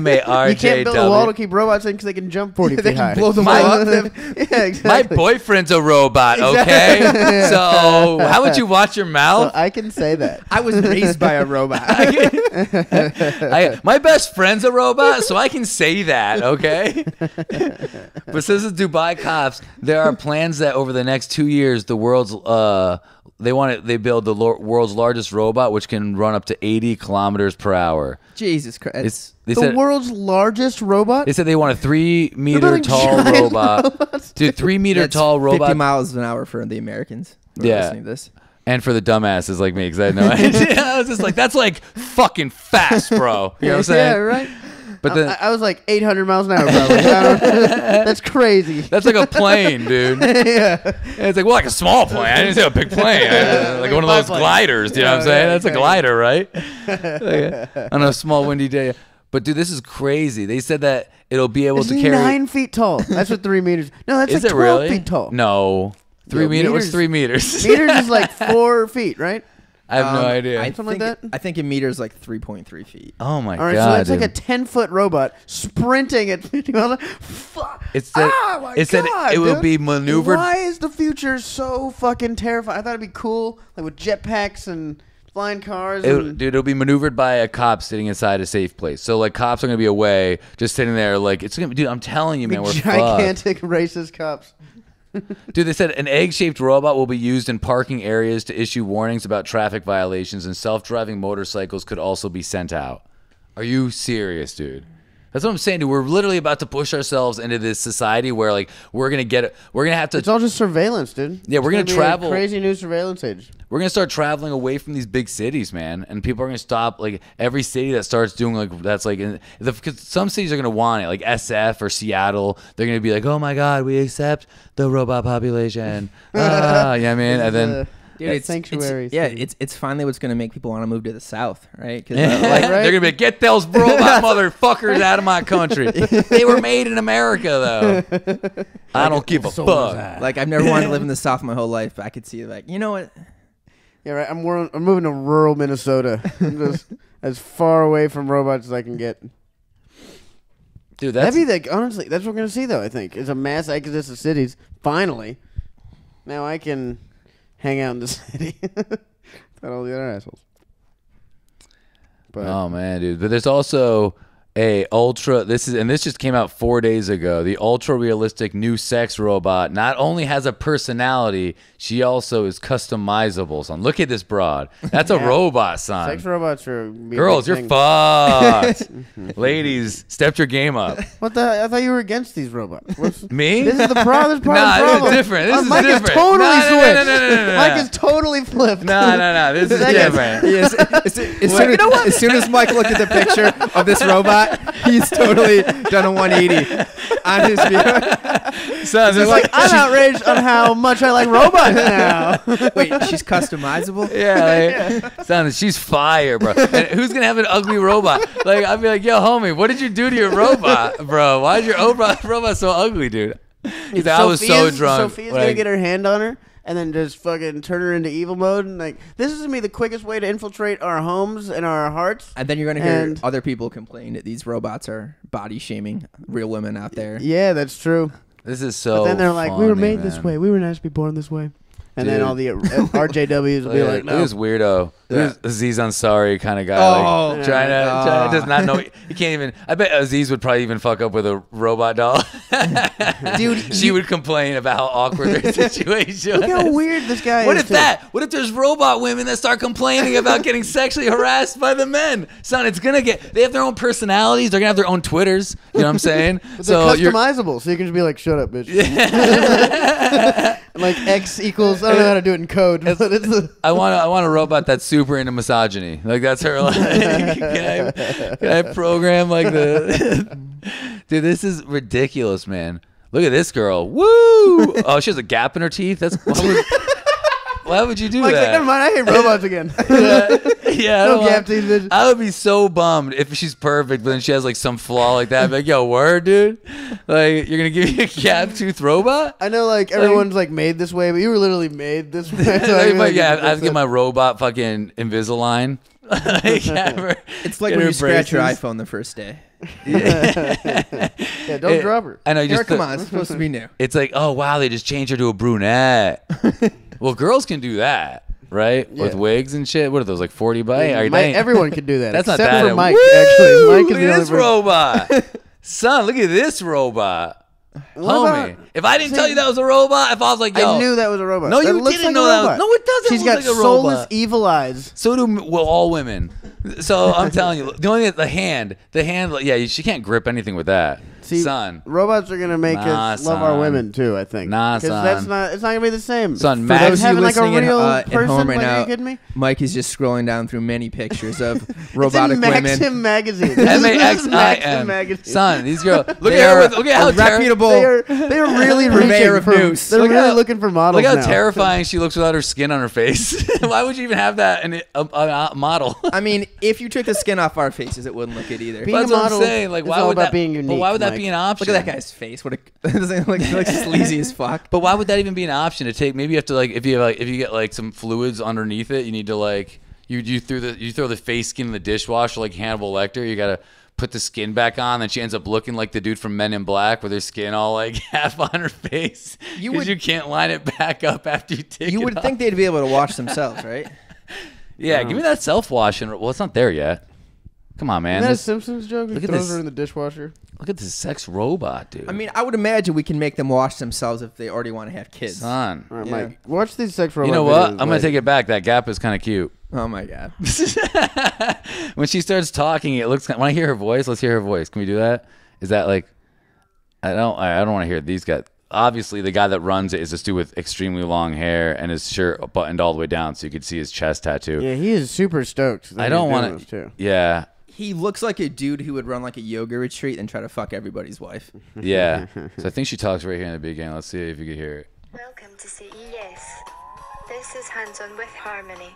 Speaker 3: a RJW.
Speaker 4: You can't build a wall to keep robots in because they can jump forty feet
Speaker 2: they
Speaker 4: high.
Speaker 2: can blow them
Speaker 3: My-
Speaker 2: all up.
Speaker 4: yeah,
Speaker 3: my
Speaker 4: exactly.
Speaker 3: boyfriend's a robot, okay? so how would you watch your mouth?
Speaker 4: So I can say that.
Speaker 2: I was raised by a robot.
Speaker 3: I, my best friend's a robot, so I can say that, okay? but since it's Dubai cops, there are plans that over the next two years, the world's uh, they want to they build the lo- world's largest robot, which can run up to eighty kilometers per hour.
Speaker 2: Jesus Christ,
Speaker 3: It's they
Speaker 4: the
Speaker 3: said.
Speaker 4: world's largest robot.
Speaker 3: they said they want a three meter
Speaker 4: building
Speaker 3: tall
Speaker 4: giant
Speaker 3: robot, dude. Three meter
Speaker 2: That's
Speaker 3: tall
Speaker 2: 50
Speaker 3: robot,
Speaker 2: miles an hour for the Americans. who are
Speaker 3: Yeah.
Speaker 2: listening to this.
Speaker 3: and for the dumbasses like me, because I had no idea. I was just like, that's like fucking fast, bro. You know what I'm saying?
Speaker 4: yeah, right.
Speaker 3: But then
Speaker 4: I, I was like 800 miles an hour, probably. I don't- That's crazy.
Speaker 3: That's like a plane, dude.
Speaker 4: yeah.
Speaker 3: And it's like, well, like a small plane. I didn't say a big plane. I- like
Speaker 4: Like
Speaker 3: one
Speaker 4: a
Speaker 3: of those
Speaker 4: biplane.
Speaker 3: gliders. Do you know what I'm
Speaker 4: Yeah,
Speaker 3: saying?
Speaker 4: yeah,
Speaker 3: That's a
Speaker 4: right.
Speaker 3: glider, right? Like, on a small windy day. But dude, this is crazy. They said that it'll be able
Speaker 4: It's
Speaker 3: to carry.
Speaker 4: nine feet tall. That's what three meters. No, that's
Speaker 3: is
Speaker 4: like
Speaker 3: it
Speaker 4: 12
Speaker 3: really?
Speaker 4: feet tall.
Speaker 3: No, three
Speaker 4: Yeah,
Speaker 3: meters. What's
Speaker 4: meters-
Speaker 3: three meters?
Speaker 4: Meters is like four feet, right?
Speaker 3: I have
Speaker 2: Um,
Speaker 3: no idea.
Speaker 2: I
Speaker 4: Something like
Speaker 2: think-
Speaker 4: that?
Speaker 2: I think in meters like 3.3 feet.
Speaker 3: oh my
Speaker 4: All right, so
Speaker 3: god,
Speaker 4: that's like a
Speaker 3: dude.
Speaker 4: 10 foot robot sprinting at 50 miles an hour. Fuck.
Speaker 3: It said-
Speaker 4: oh my
Speaker 3: it said it
Speaker 4: God,
Speaker 3: will
Speaker 4: dude.
Speaker 3: be maneuvered-
Speaker 4: Why is the future so fucking terrifying? I thought it'd be cool, like with jetpacks and flying cars.
Speaker 3: It-
Speaker 4: and,
Speaker 3: dude, it'll be maneuvered by a cop sitting inside a safe place. So like, cops are gonna be away, just sitting there. Like, it's gonna be, dude. I'm telling you, man, we're fucked.
Speaker 4: gigantic racist cops.
Speaker 3: Dude, they said an egg shaped robot will be used in parking areas to issue warnings about traffic violations, and self driving motorcycles could also be sent out. Are you serious, dude? That's what I'm saying, dude. We're literally about to push ourselves into this society where, like, we're gonna get, we're gonna have to,
Speaker 4: It's all just surveillance, dude.
Speaker 3: Yeah,
Speaker 4: It's
Speaker 3: we're gonna
Speaker 4: be a
Speaker 3: travel-
Speaker 4: crazy new surveillance age.
Speaker 3: we're gonna start traveling away from these big cities, man. And people are gonna stop, like, every city that starts doing, like, that's like, in- the, cause some cities are gonna want it, like SF or Seattle. They're
Speaker 4: uh,
Speaker 3: gonna be like, oh my God, we accept the robot population. ah, yeah, man. And then.
Speaker 2: Dude, it's,
Speaker 4: Sanctuary
Speaker 2: It's, yeah,
Speaker 4: city.
Speaker 2: it's it's finally what's going to make people want to move to the South, right? 'Cause, uh,
Speaker 3: Like,
Speaker 2: like,
Speaker 3: They're gonna be like, get those robot motherfuckers out of my country. they were made in America though. I don't give a fuck.
Speaker 2: like I've never wanted to live in the South my whole life, but I could see like you know what?
Speaker 4: Yeah, right. I'm, wor- I'm moving to rural Minnesota. I'm just as far away from robots as I can get.
Speaker 3: Dude, that's
Speaker 4: That'd be like honestly, that's what we're gonna see though. I think it's a mass exodus of cities. Finally, now I can hang out in the city. Without all the other assholes. But
Speaker 3: Oh man, dude. But there's also a ultra this is and this just came out 4 days ago. The ultra realistic new sex robot not only has a personality, she also is customizable. Son, look at this broad. That's a robot son.
Speaker 4: sex robots are gonna be a
Speaker 3: Girls,
Speaker 4: big
Speaker 3: you're
Speaker 4: thing.
Speaker 3: fucked. Ladies, step your game up.
Speaker 4: What the? I thought you were against these robots. What's,
Speaker 3: Me?
Speaker 4: this is the problem. This is part
Speaker 3: Nah,
Speaker 4: of the
Speaker 3: this is
Speaker 4: problem.
Speaker 3: different. This
Speaker 4: Uh,
Speaker 3: is
Speaker 4: Mike
Speaker 3: different.
Speaker 4: is totally
Speaker 3: No, no, no,
Speaker 4: switched.
Speaker 3: no, no, no, no,
Speaker 4: Mike
Speaker 3: no.
Speaker 4: is totally flipped.
Speaker 3: No, no, no. This is
Speaker 4: Second.
Speaker 3: different.
Speaker 2: Yes. As, as soon, as- as soon as Mike looked at the picture of this robot, he's totally done a 180 on his view.
Speaker 3: So
Speaker 4: It's
Speaker 3: there's
Speaker 4: like
Speaker 3: like,
Speaker 4: I'm outraged on how much I like robots now.
Speaker 2: Wait, she's customizable.
Speaker 3: yeah, like, son, she's fire, bro. And who's gonna have an ugly robot? Like, I'd be like, yo, homie, what did you do to your robot, bro? Why is your robot robot so ugly, dude? He's like, I was so
Speaker 4: Sophia's-
Speaker 3: drunk.
Speaker 4: Sophia's
Speaker 3: when I-
Speaker 4: gonna get her hand on her and then just fucking turn her into evil mode and like this is gonna be the quickest way to infiltrate our homes and our hearts.
Speaker 2: And then you're going to hear
Speaker 4: And-
Speaker 2: other people complain that these robots are body shaming real women out there.
Speaker 4: Yeah, that's true.
Speaker 3: This is so.
Speaker 4: But then they're like, we were
Speaker 3: funny,
Speaker 4: made this
Speaker 3: man.
Speaker 4: way. We were not to be born this way. And then
Speaker 3: Dude.
Speaker 4: all the uh, RJWs will be
Speaker 3: Look
Speaker 4: like,
Speaker 3: at
Speaker 4: no.
Speaker 3: this weirdo. This Aziz Ansari kind of guy.
Speaker 2: Oh, my
Speaker 3: like, trying to, trying
Speaker 2: God.
Speaker 3: to does not know. He can't even. I bet Aziz would probably even fuck up with a robot doll.
Speaker 2: Dude,
Speaker 3: she would complain about how awkward their situation.
Speaker 4: Look how
Speaker 3: was.
Speaker 4: weird this guy
Speaker 3: What
Speaker 4: is.
Speaker 3: if
Speaker 4: too.
Speaker 3: that? What if there's robot women that start complaining about getting sexually harassed by the men? Son, it's gonna get. They have their own personalities. They're gonna have their own twitters. You know what I'm saying?
Speaker 4: But
Speaker 3: so
Speaker 4: they're
Speaker 3: you're.
Speaker 4: customizable, so you can just be like, "Shut up, bitch." And, like X equals. I don't know how to do it in code, but it's a,
Speaker 3: I want a, I want a robot that's super into misogyny. Like that's her. Like, can, I, can I program like the? Dude, this is ridiculous, man. Look at this girl. Woo! Oh, she has a gap in her teeth. That's why would, why would you do
Speaker 4: Mike's like,
Speaker 3: that?
Speaker 4: "Never mind, I hate robots again."
Speaker 3: yeah, I
Speaker 4: No
Speaker 3: don't want-
Speaker 4: gap teeth, bitch.
Speaker 3: I would be so bummed if she's perfect, but then she has like some flaw like that. I'd be like, yo, word, dude. Like, you're gonna give me a gap tooth robot?
Speaker 4: I know, like everyone's like made this way, but you were literally made this way. So I
Speaker 3: Like,
Speaker 4: mean,
Speaker 3: but
Speaker 4: like,
Speaker 3: yeah,
Speaker 4: it's-
Speaker 3: I have to
Speaker 4: it's
Speaker 3: get my robot fucking Invisalign. like, have her-
Speaker 2: It's like
Speaker 3: get
Speaker 2: when
Speaker 3: her
Speaker 2: you scratch your
Speaker 3: braces.
Speaker 2: iPhone the first day.
Speaker 4: a- Yeah, don't
Speaker 3: It-
Speaker 4: drop her.
Speaker 3: I know. You
Speaker 2: Eric, come
Speaker 3: just th-
Speaker 2: on, it's supposed to be new.
Speaker 3: It's like, oh wow, they just changed her to a brunette. well, girls can do that, right? With
Speaker 4: Yeah.
Speaker 3: wigs and shit. What are those like forty by? All right,
Speaker 4: Mike-
Speaker 3: dang.
Speaker 4: everyone can do that.
Speaker 3: That's not
Speaker 4: except
Speaker 3: bad.
Speaker 4: for Mike.
Speaker 3: Woo!
Speaker 4: Actually, Mike is
Speaker 3: look
Speaker 4: the
Speaker 3: at
Speaker 4: only
Speaker 3: this
Speaker 4: person.
Speaker 3: robot. Son, look at this robot. Homie,
Speaker 4: about-
Speaker 3: if I didn't tell you that was a robot, if I was like, yo,
Speaker 4: I knew that was a robot.
Speaker 3: No,
Speaker 4: That
Speaker 3: you
Speaker 4: looks
Speaker 3: didn't
Speaker 4: like a
Speaker 3: know that was-
Speaker 4: robot.
Speaker 3: no, it doesn't
Speaker 4: She's
Speaker 3: look
Speaker 4: got
Speaker 3: like a
Speaker 4: soulless e-
Speaker 3: robot.
Speaker 4: evil eyes.
Speaker 3: So do well all women. So I'm telling you, the only the hand, the hand, like, yeah, she can't grip anything with that.
Speaker 4: See,
Speaker 3: son,
Speaker 4: robots are gonna make
Speaker 3: Nah,
Speaker 4: us love our
Speaker 3: son.
Speaker 4: women too. I think.
Speaker 3: Nah,
Speaker 4: 'Cause that's
Speaker 3: son.
Speaker 4: not. It's not gonna be the same.
Speaker 3: Son,
Speaker 4: For
Speaker 3: Max-
Speaker 4: those
Speaker 3: Those
Speaker 4: having like a
Speaker 2: listening at-
Speaker 4: real
Speaker 2: uh, at
Speaker 4: person.
Speaker 2: home right
Speaker 4: like, Are
Speaker 2: now,
Speaker 4: you kidding me?
Speaker 2: Mike is just scrolling down through many pictures of
Speaker 4: It's in
Speaker 2: robotic women.
Speaker 4: Maxim magazine. This is-
Speaker 3: M A
Speaker 4: this
Speaker 3: X
Speaker 4: is
Speaker 3: I
Speaker 4: Maxim
Speaker 3: M.
Speaker 4: magazine.
Speaker 3: Son, these girls. Look
Speaker 2: They are
Speaker 3: at how look at how
Speaker 2: a reputable.
Speaker 3: terrible.
Speaker 4: They are they are really
Speaker 2: Purveyor
Speaker 4: reaching
Speaker 2: of
Speaker 4: for,
Speaker 2: news.
Speaker 4: They're
Speaker 3: Look
Speaker 4: really
Speaker 3: how-
Speaker 4: looking for models.
Speaker 3: Look how
Speaker 4: now.
Speaker 3: terrifying she looks without her skin on her face. Why would you even have that in a, a, a model?
Speaker 2: I mean, if you took the skin off our faces, it wouldn't look good either.
Speaker 4: Being
Speaker 2: Look
Speaker 3: That's
Speaker 4: a
Speaker 3: what I'm
Speaker 4: model
Speaker 3: saying. Like,
Speaker 4: is
Speaker 3: why
Speaker 4: all
Speaker 3: would
Speaker 4: about
Speaker 3: that
Speaker 4: being
Speaker 3: But
Speaker 4: unique,
Speaker 3: why would that
Speaker 4: Mike.
Speaker 3: be an option?
Speaker 2: at that guy's face. What a doesn't it look, it looks sleazy as fuck.
Speaker 3: But why would that even be an option to take? Maybe you have to like if you have, like if you get like some fluids underneath it, you need to like you you threw the you throw the face skin in the dishwasher like Hannibal Lecter. You gotta put the skin back on, then she ends up looking like the dude from Men in Black with her skin all like half on her face
Speaker 2: You would-
Speaker 3: because you can't line it back up after you take.
Speaker 2: You
Speaker 3: it
Speaker 2: would
Speaker 3: off.
Speaker 2: think they'd be able to wash themselves, right?
Speaker 3: yeah, give me that self washing. Well, it's not there yet. Come on,
Speaker 4: Isn't
Speaker 3: man.
Speaker 4: that a
Speaker 3: This-
Speaker 4: Simpsons joke? Look
Speaker 3: look
Speaker 4: he
Speaker 3: at
Speaker 4: throws
Speaker 3: this.
Speaker 4: her in the dishwasher.
Speaker 3: look at this sex robot, dude.
Speaker 2: I mean, I would imagine we can make them wash themselves if they already want to have kids.
Speaker 3: son.
Speaker 4: All right,
Speaker 2: Yeah.
Speaker 4: Mike, watch these sex robot.
Speaker 3: You know what?
Speaker 4: videos,
Speaker 3: I'm gonna
Speaker 4: like-
Speaker 3: take it back. That gap is kind of cute.
Speaker 2: Oh my god.
Speaker 3: when she starts talking, it looks. When I hear her voice, let's hear her voice. Can we do that? Is that like? I don't. I don't want to hear these guys. Obviously, the guy that runs it is this dude with extremely long hair and his shirt buttoned all the way down, so you could see his chest tattoo.
Speaker 4: Yeah, he is super stoked. that
Speaker 3: I
Speaker 4: he's
Speaker 3: don't
Speaker 4: doing
Speaker 3: want
Speaker 4: this,
Speaker 3: to.
Speaker 4: too.
Speaker 3: Yeah,
Speaker 2: He looks like a dude who would run like a yoga retreat and try to fuck everybody's wife.
Speaker 3: yeah. so I think she talks right here in the beginning. Let's see if you can hear it.
Speaker 5: Welcome to CES. E This is Hands On with Harmony.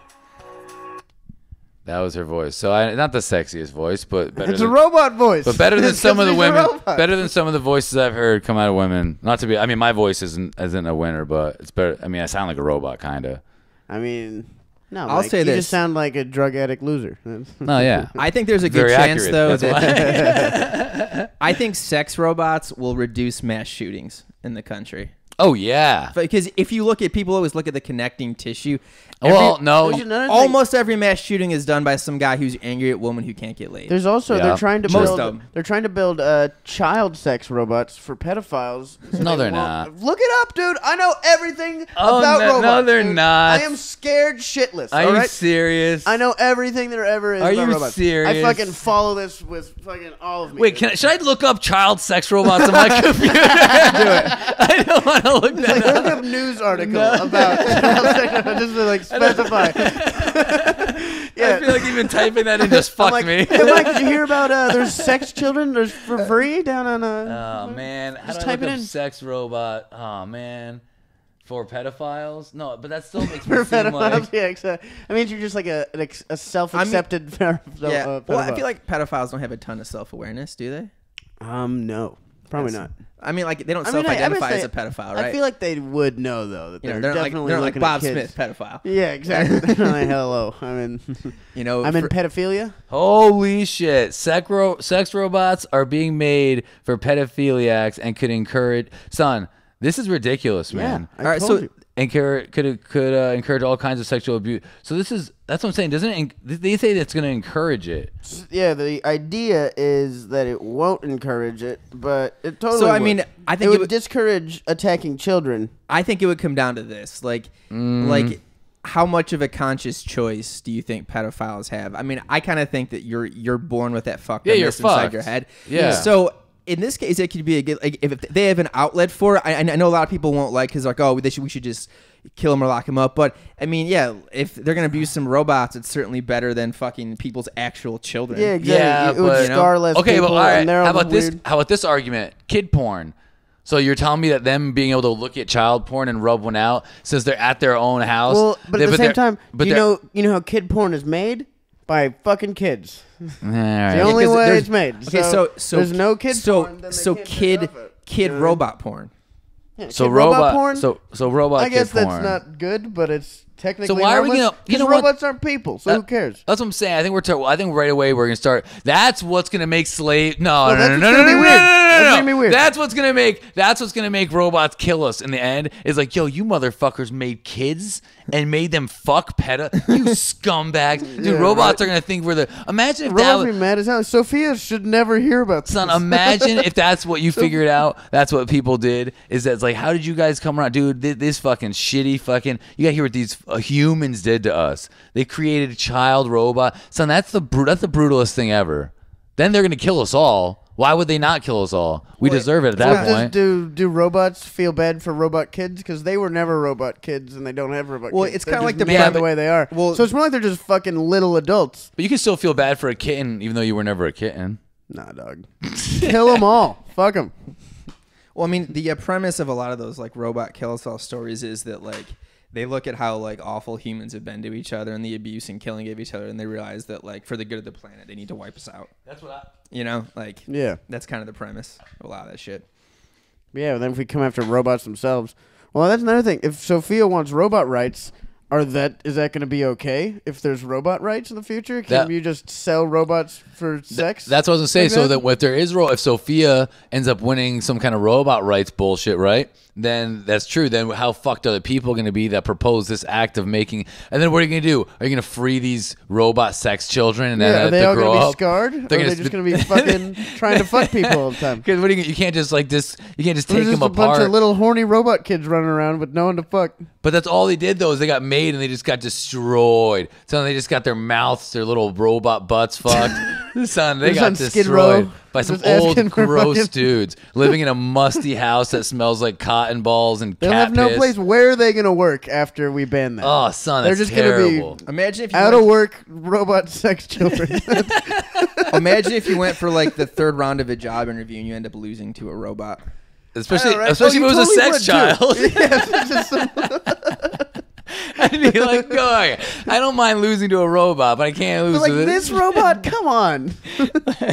Speaker 3: That was her voice. So I, not the sexiest voice, but better
Speaker 4: It's a
Speaker 3: than,
Speaker 4: robot voice.
Speaker 3: but better than
Speaker 4: It's
Speaker 3: some of the
Speaker 4: 'cause he's a
Speaker 3: women.
Speaker 4: robot.
Speaker 3: Better than some of the voices I've heard come out of women. Not to be, I mean, my voice isn't isn't a winner, but it's better. I mean, I sound like a robot, kind of.
Speaker 4: I mean, no.
Speaker 2: I'll
Speaker 4: Mike,
Speaker 2: say
Speaker 4: you
Speaker 2: this.
Speaker 4: just sound like a drug addict loser.
Speaker 3: No, yeah.
Speaker 2: I think there's a good
Speaker 3: Very
Speaker 2: chance
Speaker 3: accurate.
Speaker 2: though
Speaker 3: That's
Speaker 2: that I think sex robots will reduce mass shootings in the country.
Speaker 3: Oh yeah.
Speaker 2: Because if you look at people always look at the connecting tissue. Every-
Speaker 3: Well, no.
Speaker 4: There's another thing-
Speaker 2: almost every mass shooting is done by some guy who's angry at woman who can't get laid.
Speaker 4: There's also
Speaker 3: Yeah.
Speaker 4: they're trying to
Speaker 2: Most
Speaker 4: build
Speaker 2: of 'em.
Speaker 4: they're trying to build uh, child sex robots for pedophiles. so
Speaker 3: No,
Speaker 4: they
Speaker 3: they're
Speaker 4: won't-
Speaker 3: not.
Speaker 4: Look it up, dude. I know everything
Speaker 3: Uh, Oh,
Speaker 4: about
Speaker 3: no- no,
Speaker 4: robots.
Speaker 3: they're
Speaker 4: dude.
Speaker 3: not.
Speaker 4: I am scared shitless.
Speaker 3: Are
Speaker 4: all
Speaker 3: you
Speaker 4: right?
Speaker 3: serious?
Speaker 4: I know everything there ever is
Speaker 3: Are
Speaker 4: about
Speaker 3: you
Speaker 4: robots. I
Speaker 3: serious?
Speaker 4: fucking follow this with fucking all of me.
Speaker 3: Wait,
Speaker 4: dude.
Speaker 3: can I, should I look up child sex robots on my computer? Do it. I don't want to look that
Speaker 4: like
Speaker 3: up.
Speaker 4: look up news article about child sex robots, just to like specify. yeah.
Speaker 3: I feel like even typing that in just fucked
Speaker 4: I'm like,
Speaker 3: me.
Speaker 4: Hey, Mike, did you hear about uh, there's sex children there's for free down on uh,
Speaker 3: Oh man, how
Speaker 4: Just
Speaker 3: do I
Speaker 4: type
Speaker 3: look
Speaker 4: it
Speaker 3: up
Speaker 4: in.
Speaker 3: sex robot? Oh man, for pedophiles? No, but that still makes me
Speaker 4: for
Speaker 3: uh, seem
Speaker 4: pedophiles?
Speaker 3: like
Speaker 4: yeah, exactly. I mean, you're just like a an ex- a self-accepted pedophile-
Speaker 2: yeah.
Speaker 4: uh,
Speaker 2: well, I
Speaker 4: pedophile.
Speaker 2: feel like pedophiles don't have a ton of self-awareness, do they?
Speaker 4: um no, probably not.
Speaker 2: I mean, like they don't
Speaker 4: I mean, I- I would
Speaker 2: self-identify as
Speaker 4: say-
Speaker 2: a pedophile, right?
Speaker 4: I feel like they would know though that
Speaker 2: you know,
Speaker 4: they're,
Speaker 2: they're, not like,
Speaker 4: definitely
Speaker 2: they're not like
Speaker 4: looking
Speaker 2: Bob
Speaker 4: at kids.
Speaker 2: Smith pedophile.
Speaker 4: Yeah, exactly. They're not like, hello, I'm in.
Speaker 2: You know,
Speaker 4: I'm in
Speaker 2: for- Oh,
Speaker 4: pedophilia.
Speaker 3: holy shit. Sex, ro- sex robots are being made for pedophiliacs and could encourage. Son, this is ridiculous, man.
Speaker 4: I
Speaker 2: All right,
Speaker 4: told
Speaker 2: so-
Speaker 4: you.
Speaker 3: encourage could could uh, encourage all kinds of sexual abuse. So this is that's what I'm saying. Doesn't it en- they say that's going to encourage it?
Speaker 4: yeah, the idea is that it won't encourage it, but it totally.
Speaker 2: I
Speaker 4: would.
Speaker 2: mean, I think
Speaker 4: it
Speaker 2: it
Speaker 4: would,
Speaker 2: would-
Speaker 4: discourage attacking children.
Speaker 2: I think it would come down to this, like,
Speaker 3: Mm.
Speaker 2: like how much of a conscious choice do you think pedophiles have? I mean, I kind of think that you're you're born with that fuck
Speaker 3: Yeah, you're
Speaker 2: inside
Speaker 3: fucked.
Speaker 2: your head.
Speaker 3: Yeah.
Speaker 2: So in this case, it could be a good like if they have an outlet for it. I, I know a lot of people won't like because like oh they should, we should just kill him or lock him up. But I mean, yeah, if they're gonna abuse some robots, it's certainly better than fucking people's actual children.
Speaker 4: Yeah, exactly.
Speaker 3: Yeah,
Speaker 4: it would
Speaker 3: but-
Speaker 4: scar less
Speaker 3: okay,
Speaker 4: people,
Speaker 3: but all right.
Speaker 4: and they're
Speaker 3: How
Speaker 4: all
Speaker 3: about
Speaker 4: weird.
Speaker 3: this? How about this argument? Kid porn. So you're telling me that them being able to look at child porn and rub one out since they're at their own house.
Speaker 4: Well, but
Speaker 3: they-
Speaker 4: at the same
Speaker 3: they're-
Speaker 4: time,
Speaker 3: but
Speaker 4: you
Speaker 3: they're-
Speaker 4: know, you know how kid porn is made by fucking kids.
Speaker 3: All right.
Speaker 4: The only
Speaker 2: Because
Speaker 4: way
Speaker 2: there's-
Speaker 4: it's made.
Speaker 2: Okay, so, so
Speaker 4: there's no kid
Speaker 2: So
Speaker 4: porn. then they
Speaker 2: so
Speaker 4: can't get
Speaker 2: kid
Speaker 4: off it.
Speaker 2: kid
Speaker 4: You know what I mean?
Speaker 2: robot porn.
Speaker 4: Yeah,
Speaker 3: so
Speaker 4: kid
Speaker 3: robot,
Speaker 4: porn.
Speaker 3: So so robot.
Speaker 4: I guess
Speaker 3: kid
Speaker 4: that's
Speaker 3: porn.
Speaker 4: not good, but it's technically.
Speaker 3: why are we
Speaker 4: harmless,
Speaker 3: gonna- you
Speaker 4: 'cause
Speaker 3: know what?
Speaker 4: robots aren't people? So
Speaker 3: Uh,
Speaker 4: who cares?
Speaker 3: That's what I'm saying. I think we're. Ter- I think right away we're gonna start. That's what's gonna make slave. No,
Speaker 4: Well,
Speaker 3: no,
Speaker 4: that's
Speaker 3: no,
Speaker 4: what's
Speaker 3: no, no,
Speaker 4: gonna
Speaker 3: no,
Speaker 4: be
Speaker 3: no, no,
Speaker 4: weird. That's
Speaker 3: no, no,
Speaker 4: gonna be
Speaker 3: no, no.
Speaker 4: weird.
Speaker 3: That's what's gonna make. That's what's gonna make robots kill us in the end. Is like, yo, you motherfuckers made kids and made them fuck peta. You scumbags, dude. robots are gonna think we're the. Imagine if that.
Speaker 4: Robots
Speaker 3: Was,
Speaker 4: be mad as hell. Sophia should never hear about this.
Speaker 3: Son, imagine if that's what you figured out. That's what people did. Is that's like, how did you guys come around, dude? This, this fucking shitty fucking. You gotta hear what these uh, humans did to us. They created a child robot. Son, that's the bru- that's the brutalest thing ever. Then they're gonna kill us all. Why would they not kill us all? We deserve it at
Speaker 4: Or
Speaker 3: that
Speaker 4: does-
Speaker 3: point.
Speaker 4: do do robots feel bad for robot kids because they were never robot kids and they don't have robot
Speaker 2: Well,
Speaker 4: kids?
Speaker 2: it's
Speaker 4: They're
Speaker 2: kinda
Speaker 4: just
Speaker 2: like the-
Speaker 4: made
Speaker 3: Yeah,
Speaker 4: up the
Speaker 3: but-
Speaker 4: way they are.
Speaker 2: well-
Speaker 4: so it's more like they're just fucking little adults.
Speaker 3: But you can still feel bad for a kitten, even though you were never a kitten.
Speaker 4: Nah, dog. Kill them all. Fuck them.
Speaker 2: Well, I mean, the uh, premise of a lot of those like robot kill us all stories is that like they look at how like awful humans have been to each other and the abuse and killing of each other, and they realize that like for the good of the planet, they need to wipe us out.
Speaker 3: That's what I.
Speaker 2: You know, like
Speaker 4: Yeah.
Speaker 2: that's kind of the premise of a lot of that shit.
Speaker 4: Yeah. Then if we come after robots themselves, well, that's another thing. If Sophia wants robot rights. Are that is that going to be okay if there's robot rights in the future? Can
Speaker 3: That-
Speaker 4: you just sell robots for sex?
Speaker 3: That's what I was gonna say.
Speaker 4: Like
Speaker 3: so
Speaker 4: that?
Speaker 3: that if there is ro- if Sophia ends up winning some kind of robot rights bullshit, right? Then that's true. Then how fucked are the people gonna be that propose this act of making? And then what are you gonna do? Are you gonna free these robot sex children and
Speaker 4: yeah,
Speaker 3: then
Speaker 4: are they
Speaker 3: to
Speaker 4: all
Speaker 3: grow
Speaker 4: gonna be
Speaker 3: up?
Speaker 4: scarred? Or are they just going to be fucking trying to fuck people all the time?
Speaker 3: Because what are you, you can't just like just you can't just
Speaker 4: There's
Speaker 3: take them
Speaker 4: just a bunch
Speaker 3: apart.
Speaker 4: of little horny robot kids running around with no one to fuck.
Speaker 3: but that's all they did though is they got made and they just got destroyed. Son, they just got their mouths, their little robot butts fucked. Son, they
Speaker 4: Just
Speaker 3: got
Speaker 4: on Skid Row,
Speaker 3: destroyed by some
Speaker 4: just asking
Speaker 3: old
Speaker 4: for
Speaker 3: gross
Speaker 4: fucking-
Speaker 3: dudes living in a musty house that smells like cotton balls and
Speaker 4: They'll
Speaker 3: cat
Speaker 4: have no
Speaker 3: piss.
Speaker 4: place. Where are they going to work after we ban them?
Speaker 3: Oh, son,
Speaker 4: They're
Speaker 3: that's
Speaker 4: just gonna be-
Speaker 3: terrible.
Speaker 2: Imagine if you
Speaker 4: Out
Speaker 2: went,
Speaker 4: of work, robot sex children.
Speaker 2: imagine if you went for like the third round of a job interview and you end up losing to a robot.
Speaker 3: Especially,
Speaker 4: All right.
Speaker 3: especially
Speaker 4: Oh,
Speaker 3: if it
Speaker 4: you
Speaker 3: was a
Speaker 4: totally
Speaker 3: sex
Speaker 4: would, too.
Speaker 3: child.
Speaker 4: Yes, it's just some-
Speaker 3: I'd be like, "Look, I don't mind losing to a robot, but I can't lose
Speaker 4: But like
Speaker 3: to
Speaker 4: this robot, come on.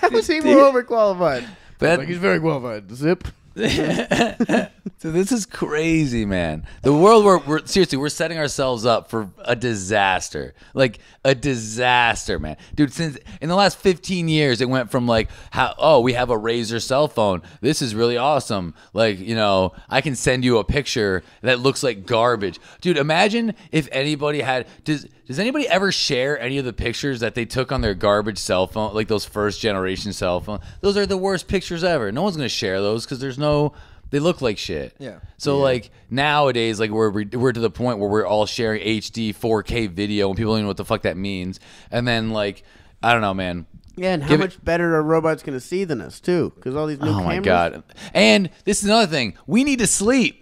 Speaker 4: How is he more overqualified?
Speaker 3: But-
Speaker 4: like he's very qualified. Zip.
Speaker 3: So this is crazy, man. The world we're, we're seriously we're setting ourselves up for a disaster, like a disaster, man, dude. Since in the last 15 years, it went from like how oh we have a razor cell phone. This is really awesome. Like you know I can send you a picture that looks like garbage, dude. Imagine if anybody had does does anybody ever share any of the pictures that they took on their garbage cell phone, like those first generation cell phone? Those are the worst pictures ever. No one's gonna share those because there's no they look like shit.
Speaker 2: Yeah.
Speaker 3: So like nowadays, like we're we're to the point where we're all sharing HD 4K video, and people don't even know what the fuck that means. And then like I don't know, man.
Speaker 4: Yeah, and how
Speaker 3: Give it-
Speaker 4: much better are robots going to see than us too? Because all these new
Speaker 3: Oh
Speaker 4: cameras.
Speaker 3: my god. And this is another thing. We need to sleep.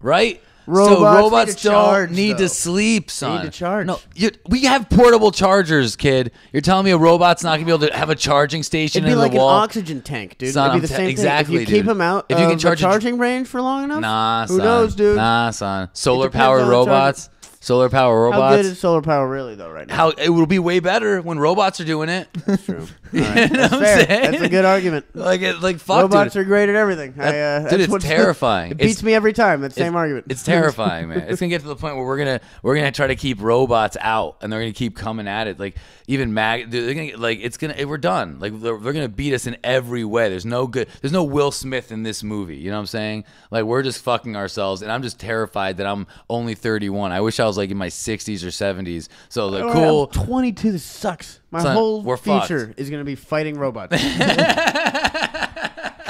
Speaker 3: Right? so
Speaker 4: Robots
Speaker 3: robots
Speaker 4: need to
Speaker 3: don't
Speaker 4: charge,
Speaker 3: need
Speaker 4: though.
Speaker 3: to sleep, son.
Speaker 4: to charge.
Speaker 3: No, you, we have portable chargers, kid. You're telling me a robot's not gonna be able to have a charging station
Speaker 4: It'd be
Speaker 3: in
Speaker 4: like
Speaker 3: the wall?
Speaker 4: an oxygen tank, dude.
Speaker 3: Son,
Speaker 4: It'd
Speaker 3: I'm
Speaker 4: be the
Speaker 3: te-
Speaker 4: same
Speaker 3: exactly,
Speaker 4: thing. If you keep
Speaker 3: dude.
Speaker 4: them out
Speaker 3: If you can
Speaker 4: of
Speaker 3: charge a-
Speaker 4: the charging range for long enough,
Speaker 3: Nah,
Speaker 4: who
Speaker 3: son.
Speaker 4: knows, dude?
Speaker 3: Nah, son. Solar
Speaker 4: depends on
Speaker 3: power
Speaker 4: the
Speaker 3: robots. Solar power
Speaker 4: How
Speaker 3: robots.
Speaker 4: good is solar power really though right now?
Speaker 3: how it will be way better when robots are doing it.
Speaker 4: That's true. All right. That's
Speaker 3: I'm
Speaker 4: fair.
Speaker 3: saying?
Speaker 4: That's a good argument.
Speaker 3: like it, like fuck,
Speaker 4: robots
Speaker 3: dude.
Speaker 4: are great at everything. I,
Speaker 3: That-
Speaker 4: uh,
Speaker 3: dude,
Speaker 4: that's
Speaker 3: it's
Speaker 4: what's-
Speaker 3: terrifying.
Speaker 4: It
Speaker 3: It's-
Speaker 4: beats me every time. That same
Speaker 3: It's-
Speaker 4: argument.
Speaker 3: It's terrifying, man. It's gonna get to the point where we're gonna we're gonna try to keep robots out, and they're gonna keep coming at it. Like even mag, dude, they're gonna get- like it's gonna we're done. Like they're, they're gonna beat us in every way. There's no good. There's no Will Smith in this movie. You know what I'm saying? Like we're just fucking ourselves, and I'm just terrified that I'm only 31. I wish I was like in my 60s or 70s. So like
Speaker 4: All right, I'm
Speaker 3: cool.
Speaker 4: 22 this sucks. My
Speaker 3: Son,
Speaker 4: whole
Speaker 3: we're fucked.
Speaker 4: future is going to be fighting robots.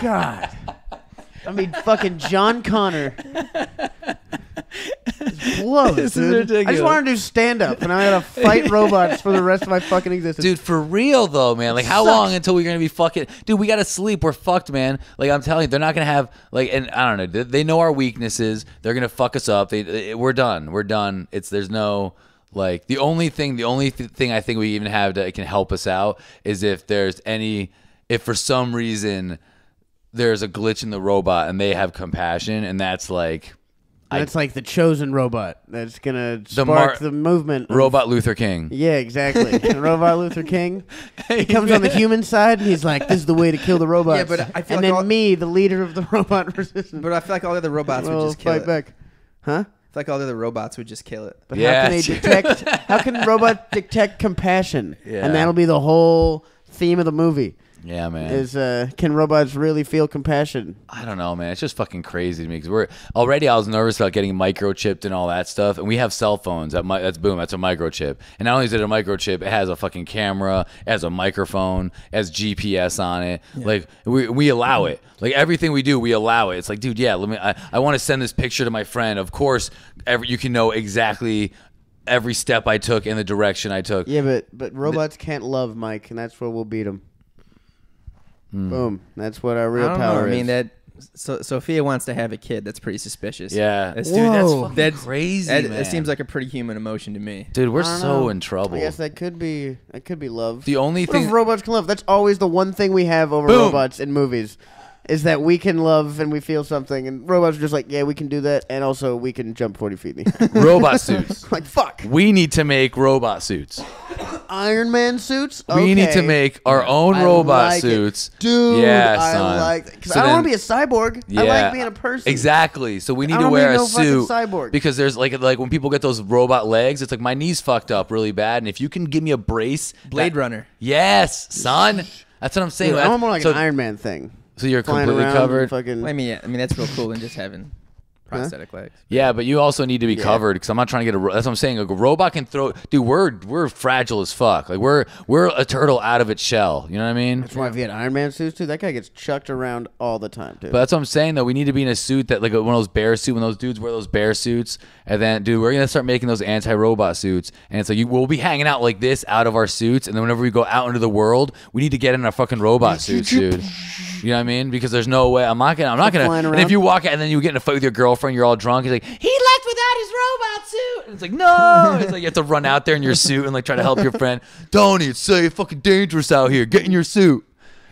Speaker 4: God. I mean, fucking John Connor. This blows,
Speaker 3: This
Speaker 4: dude.
Speaker 3: is
Speaker 4: I
Speaker 3: ridiculous.
Speaker 4: just want to do stand up, and I gotta fight robots for the rest of my fucking existence.
Speaker 3: Dude, for real though, man. Like, how
Speaker 4: sucks.
Speaker 3: long until we're gonna be fucking? Dude, we gotta sleep. We're fucked, man. Like, I'm telling you, they're not gonna have like, and I don't know. They, they know our weaknesses. They're gonna fuck us up. They, they- we're done. We're done. It's there's no like the only thing. The only th- thing I think we even have that can help us out is if there's any, if for some reason there's a glitch in the robot and they have compassion, and that's like
Speaker 4: that's like the chosen robot. That's gonna spark the,
Speaker 3: Mar-
Speaker 4: movement. of-
Speaker 3: robot Luther King.
Speaker 4: Yeah, exactly. robot Luther King. He comes on the human side and he's like, "This is the way to kill the robots."
Speaker 2: Yeah, but I feel
Speaker 4: and
Speaker 2: like
Speaker 4: then
Speaker 2: all-
Speaker 4: me, the leader of the robot resistance,
Speaker 2: But I feel like all the other robots would
Speaker 4: will
Speaker 2: just kill
Speaker 4: fight
Speaker 2: it.
Speaker 4: back. Huh?
Speaker 2: I feel like all the other robots would just kill it.
Speaker 4: But
Speaker 3: Yeah,
Speaker 4: how can they
Speaker 3: dude.
Speaker 4: detect? How can robot detect compassion?
Speaker 3: Yeah.
Speaker 4: And that'll be the whole theme of the movie.
Speaker 3: Yeah, man.
Speaker 4: Is uh, can robots really feel compassion?
Speaker 3: I don't know, man. It's just fucking crazy to me because we're already. I was nervous about getting microchipped and all that stuff, and we have cell phones. That mi- that's boom. That's a microchip. And not only is it a microchip, it has a fucking camera, it has a microphone, it has GPS on it. Like we, we allow it. Like everything we do, we allow it. It's like, dude, yeah. Let me. I, I want to send this picture to my friend. Of course, every, you can know exactly every step I took in the direction I took.
Speaker 4: Yeah, but but robots can't love, Mike, and that's where we'll beat them. Boom. That's what our
Speaker 2: Hmm. I
Speaker 4: real
Speaker 2: don't
Speaker 4: power
Speaker 2: know. I
Speaker 4: is.
Speaker 2: mean that. So, Sophia wants to have a kid. That's pretty suspicious.
Speaker 3: Yeah.
Speaker 2: that's, dude, that's,
Speaker 4: Whoa.
Speaker 2: fucking that's
Speaker 3: Crazy,
Speaker 2: That,
Speaker 3: man.
Speaker 2: that seems like a pretty human emotion to me.
Speaker 3: Dude, we're
Speaker 4: don't
Speaker 3: so
Speaker 4: know.
Speaker 3: in trouble.
Speaker 4: Oh, I guess that could be that could be love.
Speaker 3: The only
Speaker 4: what
Speaker 3: thing-
Speaker 4: if robots can love? That's always the one thing we have over
Speaker 3: Boom.
Speaker 4: robots in movies, is that we can love and we feel something, and robots are just like, yeah, we can do that, and also we can jump forty feet. In the air.
Speaker 3: Robot suits.
Speaker 4: like fuck,
Speaker 3: We need to make robot suits.
Speaker 4: Iron Man suits.
Speaker 3: We need to
Speaker 4: Okay.
Speaker 3: make our own
Speaker 4: I
Speaker 3: robot
Speaker 4: like it.
Speaker 3: suits.
Speaker 4: dude.
Speaker 3: Yeah,
Speaker 4: I
Speaker 3: son.
Speaker 4: like because
Speaker 3: So
Speaker 4: I don't want to
Speaker 3: then-
Speaker 4: be a cyborg. I
Speaker 3: yeah,
Speaker 4: like being a person.
Speaker 3: Exactly. So we need to
Speaker 4: don't
Speaker 3: wear
Speaker 4: need
Speaker 3: a
Speaker 4: no fucking
Speaker 3: suit
Speaker 4: cyborg.
Speaker 3: because there's like like when people get those robot legs, it's like my knees fucked up really bad, and if you can give me a brace,
Speaker 2: Blade
Speaker 3: that-
Speaker 2: Runner.
Speaker 3: Yes, son. That's what I'm saying.
Speaker 4: Dude, I
Speaker 3: That's-
Speaker 4: want more like
Speaker 3: so,
Speaker 4: an Iron Man thing.
Speaker 3: so you're
Speaker 4: Flying
Speaker 3: completely
Speaker 4: around,
Speaker 3: covered.
Speaker 4: Fucking.
Speaker 2: Well, I mean, yeah, I mean that's real cool than just having prosthetic legs.
Speaker 3: Yeah, but you also need to be covered because I'm not trying to get a. ro- That's what I'm saying. Like, a robot can throw. Dude, we're we're fragile as fuck. Like we're we're a turtle out of its shell. You know what I mean?
Speaker 4: That's why if you had Iron Man suits too, that guy gets chucked around all the time, dude.
Speaker 3: But that's what I'm saying though. We need to be in a suit that like one of those bear suit when those dudes wear those bear suits, and then dude, we're gonna start making those anti-robot suits, and it's like you, we'll be hanging out like this out of our suits, and then whenever we go out into the world, we need to get in our fucking robot suits, dude. You know what I mean? Because there's no way I'm not gonna I'm not
Speaker 4: Start
Speaker 3: gonna.
Speaker 4: flying
Speaker 3: And if
Speaker 4: around.
Speaker 3: you walk out and then you get in a fight with your girlfriend, you're all drunk. He's like, he left without his robot suit. And it's like no. it's like you have to run uh, out there in your suit and like try to help your friend. Donnie, it's so fucking dangerous out here. Get in your suit.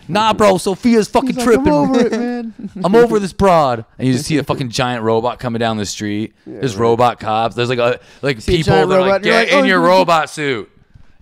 Speaker 3: nah, bro, Sophia's fucking
Speaker 4: He's like,
Speaker 3: tripping.
Speaker 4: "I'm over it, man."
Speaker 3: I'm over this broad, and you just see a fucking giant robot coming down the street. There's robot cops. There's like a like
Speaker 4: a
Speaker 3: people
Speaker 4: giant
Speaker 3: that are
Speaker 4: robot and
Speaker 3: like
Speaker 4: you're
Speaker 3: get
Speaker 4: like, "Oh,
Speaker 3: in your
Speaker 4: he's-"
Speaker 3: robot suit.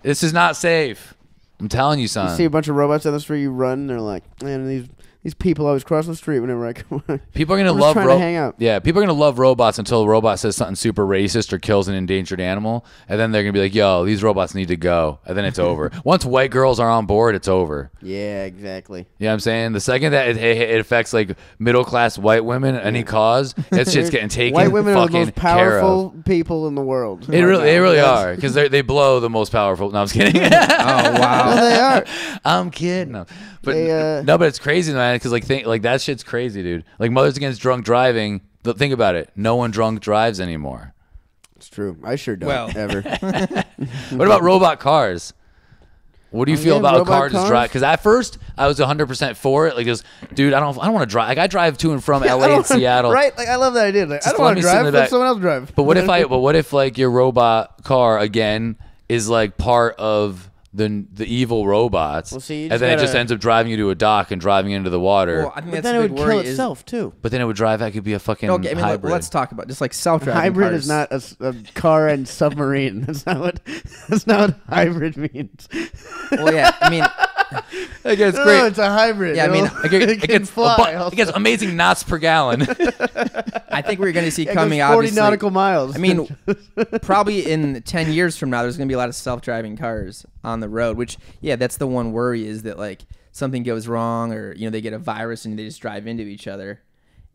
Speaker 3: This is not safe. I'm telling you, son.
Speaker 4: See a bunch of robots down the street. You run. And they're like, man, these these people always cross the street whenever I come. by."
Speaker 3: People are gonna
Speaker 4: I'm just
Speaker 3: love
Speaker 4: trying to
Speaker 3: ro-
Speaker 4: hang out.
Speaker 3: Yeah, people are gonna love robots until a robot says something super racist or kills an endangered animal, and then they're gonna be like, "Yo, these robots need to go," and then it's over. Once white girls are on board, it's over.
Speaker 4: Yeah, exactly.
Speaker 3: You know what I'm saying? The second that it, it, it affects like middle class white women, any cause, that shit's getting taken.
Speaker 4: White women are
Speaker 3: fucking
Speaker 4: the most
Speaker 3: care of.
Speaker 4: powerful people in the world.
Speaker 3: It really, they really
Speaker 4: Yes. Mm-hmm.
Speaker 3: are because they blow the most powerful. No, I'm just kidding.
Speaker 2: Oh wow.
Speaker 4: They are.
Speaker 3: I'm kidding. No, but
Speaker 4: They, uh,
Speaker 3: no, but it's crazy, man. Because like, think like that shit's crazy, dude. Like Mothers Against Drunk Driving. th- Think about it. No one drunk drives anymore.
Speaker 4: It's true. I sure don't
Speaker 2: Well.
Speaker 4: ever.
Speaker 3: What about robot cars? What do you feel
Speaker 4: Mm-hmm. Oh, yeah,
Speaker 3: about a
Speaker 4: robot
Speaker 3: car just
Speaker 4: cars?
Speaker 3: drive? Because at first I was 100 percent for it. Like, it was, dude, I don't, I don't want to drive. Like, I drive to and from
Speaker 4: I
Speaker 3: LA
Speaker 4: don't-
Speaker 3: and Seattle.
Speaker 4: Right? Like I love that idea. Like, I
Speaker 3: Just
Speaker 4: don't
Speaker 3: let
Speaker 4: want
Speaker 3: me
Speaker 4: to
Speaker 3: sit in
Speaker 4: drive.
Speaker 3: the
Speaker 4: Let
Speaker 3: back.
Speaker 4: someone else drive.
Speaker 3: But what if I? But what if like your robot car again is like part of the the evil robots,
Speaker 4: Well, see, you
Speaker 3: and
Speaker 4: just
Speaker 3: then it just
Speaker 4: gotta-
Speaker 3: ends up driving you to a dock and driving into the water.
Speaker 2: Well, I think
Speaker 4: But
Speaker 2: that's
Speaker 4: then
Speaker 2: the
Speaker 4: it
Speaker 2: big
Speaker 4: would
Speaker 2: worry
Speaker 4: kill
Speaker 2: is-
Speaker 4: itself too.
Speaker 3: but then it would drive. That could be a fucking
Speaker 2: No, I mean, like,
Speaker 3: hybrid.
Speaker 2: let's talk about just like self-driving
Speaker 4: Hybrid
Speaker 2: cars.
Speaker 4: is not a, s- a car and submarine. That's not what. That's not what hybrid means.
Speaker 2: Well, yeah. I mean,
Speaker 3: Like, it's
Speaker 4: No,
Speaker 3: great.
Speaker 4: no, it's a hybrid.
Speaker 2: Yeah, I mean,
Speaker 4: It'll-
Speaker 3: Like, it, it
Speaker 4: can
Speaker 3: gets,
Speaker 4: fly.
Speaker 3: abu-
Speaker 4: also.
Speaker 3: it gets amazing knots per gallon.
Speaker 2: I think we're going to see
Speaker 4: It goes
Speaker 2: coming out.
Speaker 4: forty nautical miles.
Speaker 2: I mean, probably in 10 years from now, there's going to be a lot of self driving cars on the road, which, yeah, that's the one worry is that, like, something goes wrong or, you know, they get a virus and they just drive into each other.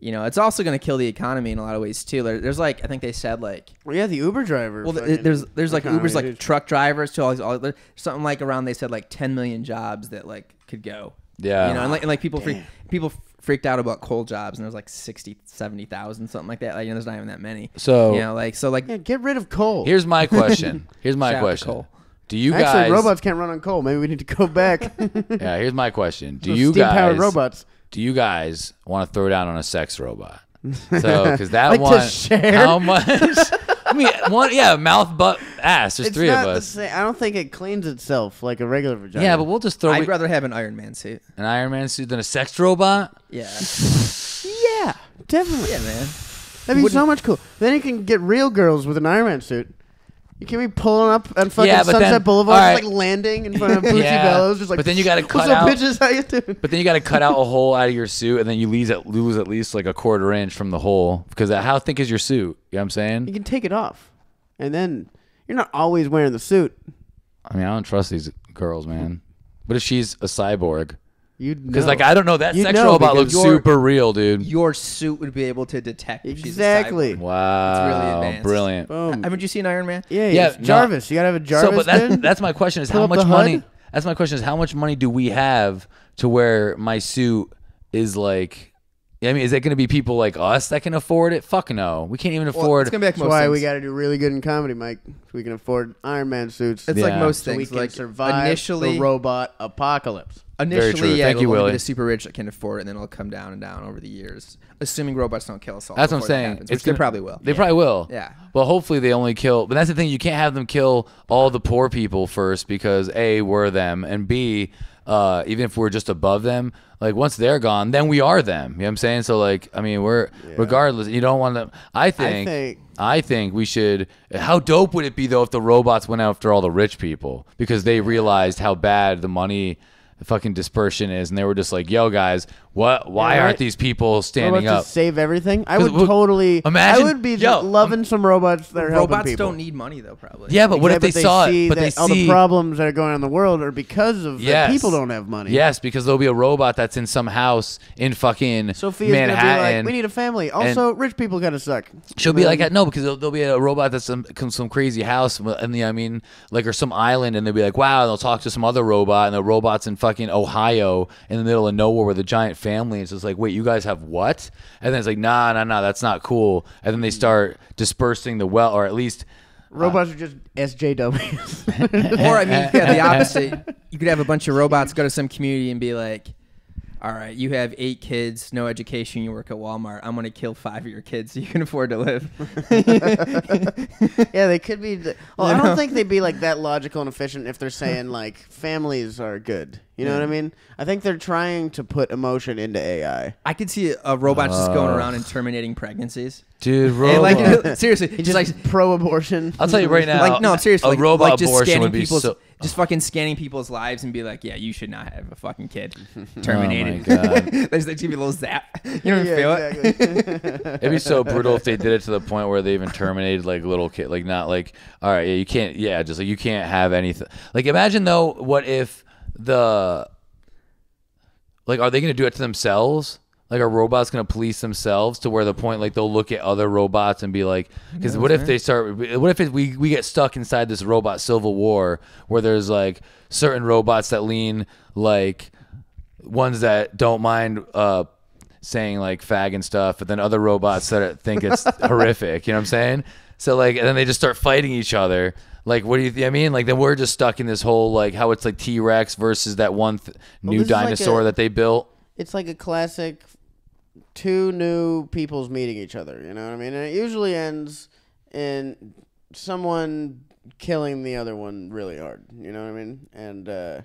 Speaker 2: You know, it's also going to kill the economy in a lot of ways, too. There, there's, like, I think they said, like,
Speaker 4: Well, yeah, the Uber driver.
Speaker 2: well, th-
Speaker 4: fucking
Speaker 2: there's there's like
Speaker 4: economy,
Speaker 2: Uber's like
Speaker 4: dude.
Speaker 2: truck drivers to all these all there's something like around they said like 10 million jobs that like could go.
Speaker 3: Yeah.
Speaker 2: you know, and like, and like people freak, people freaked out about coal jobs, and there's like 60, 70,000, something like that. Like, you know, there's not even that many.
Speaker 3: So-
Speaker 2: you know, like so like
Speaker 4: Yeah, get rid of coal.
Speaker 3: Here's my question. Here's my
Speaker 2: Shout out to
Speaker 3: question.
Speaker 2: Cole.
Speaker 3: Do you
Speaker 4: Actually,
Speaker 3: guys?
Speaker 4: robots can't run on coal. Maybe we need to go back.
Speaker 3: Yeah. Here's my question. Do
Speaker 4: Those
Speaker 3: you
Speaker 4: steam-powered
Speaker 3: guys?
Speaker 4: robots.
Speaker 3: Do you guys want to throw down on a sex robot? So, because that
Speaker 4: Like to
Speaker 3: one,
Speaker 4: share?
Speaker 3: how much? I mean, one, yeah, mouth, butt, ass. There's
Speaker 4: It's
Speaker 3: three
Speaker 4: not
Speaker 3: of
Speaker 4: the
Speaker 3: us.
Speaker 4: same- I don't think it cleans itself like a regular vagina.
Speaker 3: Yeah, but we'll just throw
Speaker 2: I'd
Speaker 3: we-
Speaker 2: rather have an Iron Man suit.
Speaker 3: an Iron Man suit than a sex robot.
Speaker 2: Yeah,
Speaker 4: yeah, definitely.
Speaker 2: yeah, man.
Speaker 4: That'd be so much cool. Then you can get real girls with an Iron Man suit. You can be pulling up on fucking
Speaker 3: Yeah, but
Speaker 4: Sunset
Speaker 3: then-
Speaker 4: Boulevard,
Speaker 3: all
Speaker 4: just,
Speaker 3: right.
Speaker 4: like landing in front of Bootsy
Speaker 3: Yeah,
Speaker 4: Bellows, just like.
Speaker 3: but then you gotta cut
Speaker 4: What's up,
Speaker 3: out-
Speaker 4: bitches? How you doing?
Speaker 3: But then you got to cut out a hole out of your suit, and then you lose at lose at least like a quarter inch from the hole because how thick is your suit? You know what I'm
Speaker 4: You
Speaker 3: saying?
Speaker 4: can take it off, and then you're not always wearing the suit.
Speaker 3: I mean, I don't trust these girls, man. What if she's a cyborg?
Speaker 4: You
Speaker 3: Because like I don't know that
Speaker 4: You
Speaker 3: sex
Speaker 4: know,
Speaker 3: robot looks
Speaker 4: because you're-
Speaker 3: super real, dude.
Speaker 2: Your suit would be able to detect if she's a
Speaker 4: exactly.
Speaker 2: cyborg.
Speaker 3: Wow,
Speaker 2: advanced.
Speaker 3: brilliant.
Speaker 4: Boom.
Speaker 2: Haven't you seen Iron Man?
Speaker 4: yeah,
Speaker 3: Um, Yeah,
Speaker 4: yeah.
Speaker 3: no.
Speaker 4: Jarvis, you gotta have a Jarvis.
Speaker 3: so, but that,
Speaker 4: dude.
Speaker 3: that's my question: is
Speaker 4: Pull
Speaker 3: how
Speaker 4: up
Speaker 3: much
Speaker 4: the
Speaker 3: money?
Speaker 4: HUD?
Speaker 3: That's my question: is how much money do we have to where my suit is like? I mean, is that going to be people like us that can afford it? Fuck no, we can't even
Speaker 2: Well,
Speaker 3: afford.
Speaker 2: it's gonna be like
Speaker 4: That's
Speaker 2: most
Speaker 4: why
Speaker 2: things.
Speaker 4: we gotta do really good in comedy, Mike. So we can afford Iron Man suits.
Speaker 2: it's
Speaker 3: Yeah.
Speaker 2: like most
Speaker 4: so
Speaker 2: things.
Speaker 4: we can
Speaker 2: like
Speaker 4: survive
Speaker 2: initially,
Speaker 4: the robot apocalypse.
Speaker 2: initially,
Speaker 3: true.
Speaker 2: yeah,
Speaker 3: Thank
Speaker 2: it'll only be
Speaker 3: you, Willie.
Speaker 2: the super rich that can afford it, and then it'll come down and down over the years, assuming robots don't kill us all.
Speaker 3: That's what I'm
Speaker 2: before that
Speaker 3: saying.
Speaker 2: happens, which
Speaker 3: gonna-
Speaker 2: they probably will.
Speaker 3: They probably will.
Speaker 2: Yeah.
Speaker 3: Well, hopefully they only kill. But that's the thing. You can't have them kill all the poor people first because a we're them and b uh, even if we're just above them, like once they're gone, then we are them. You know what I'm saying? So like, I mean, we're regardless. You don't want them. I think. I think
Speaker 4: think-
Speaker 3: we should. How dope would it be though if the robots went after all the rich people because they realized how bad the money fucking dispersion is, and they were just like, "Yo, guys, what? Why
Speaker 4: Yeah, right.
Speaker 3: aren't these people standing
Speaker 4: robots
Speaker 3: up?"
Speaker 4: just save everything. I
Speaker 3: 'Cause
Speaker 4: would
Speaker 3: w-
Speaker 4: totally.
Speaker 3: imagine-
Speaker 4: I would be
Speaker 3: yo,
Speaker 4: loving some robots that are helping
Speaker 2: robots
Speaker 4: people.
Speaker 2: don't need money though, probably.
Speaker 3: Yeah, but what
Speaker 4: Yeah,
Speaker 3: if they, saw it? But
Speaker 4: that
Speaker 3: they
Speaker 4: all
Speaker 3: see
Speaker 4: the problems that are going on in the world are because of
Speaker 3: Yes.
Speaker 4: that people don't have money.
Speaker 3: Yes, because there'll be a robot that's in some house in fucking
Speaker 4: Sophia's
Speaker 3: Manhattan.
Speaker 4: gonna be like, we need a family. Also, rich people gotta suck. I
Speaker 3: She'll be
Speaker 4: mean,
Speaker 3: like, no, because there'll, there'll be a robot that's some come some crazy house, and the I mean, like or some island, and they'll be like, wow, and they'll talk to some other robot, and the robot's in fucking Ohio in the middle of nowhere with a giant family. It's just like, wait, you guys have what? And then it's like, nah, nah, nah, that's not cool. And then they start dispersing the well, or at least.
Speaker 4: robots are just SJWs.
Speaker 2: or I mean, yeah, the opposite. You could have a bunch of robots go to some community and be like, "All right, you have eight kids, no education, you work at Walmart. I'm gonna kill five of your kids so you can afford to live."
Speaker 4: yeah, they could be. Well, I
Speaker 2: You know?
Speaker 4: don't think they'd be like that logical and efficient if they're saying like families are good. You know what I mean? I think they're trying to put emotion into AI.
Speaker 2: I could see a robot just going
Speaker 3: Uh.
Speaker 2: around and terminating pregnancies.
Speaker 3: Dude,
Speaker 2: And,
Speaker 3: robot.
Speaker 2: like seriously, just like
Speaker 4: pro-abortion.
Speaker 3: I'll tell you Oh right now.
Speaker 2: like no, seriously,
Speaker 3: a
Speaker 2: like,
Speaker 3: robot
Speaker 2: like just
Speaker 3: abortion
Speaker 2: scanning
Speaker 3: would be
Speaker 2: people's,
Speaker 3: so.
Speaker 2: just fucking scanning people's lives and be like, yeah, you should not have a fucking kid.
Speaker 3: Terminated.
Speaker 2: Terminated.
Speaker 3: Oh my God.
Speaker 2: they just like, give you a little zap. You don't
Speaker 4: Yeah,
Speaker 2: feel it.
Speaker 4: exactly.
Speaker 3: It'd be so brutal if they did it to the point where they even terminated like little kid, like not like all right, yeah, you can't, yeah, just like you can't have anything. Like imagine though, what if the like are they gonna do it to themselves? Like are robots gonna police themselves to where the point like they'll look at other robots and be like, because what if they start? What if it, we we get stuck inside this robot civil war where there's like certain robots that lean like ones that don't mind uh, saying like fag and stuff, but then other robots that are- think it's horrific. You know what I'm saying? So like, and then they just start fighting each other. Like, what do you? Th- I mean, like, then we're just stuck in this whole like how it's like T Rex versus that one th- new
Speaker 4: this is like
Speaker 3: dinosaur
Speaker 4: a-
Speaker 3: that they built.
Speaker 4: it's like a classic two new peoples meeting each other you know what i mean and it usually ends in someone killing the other one really hard you know what i mean and uh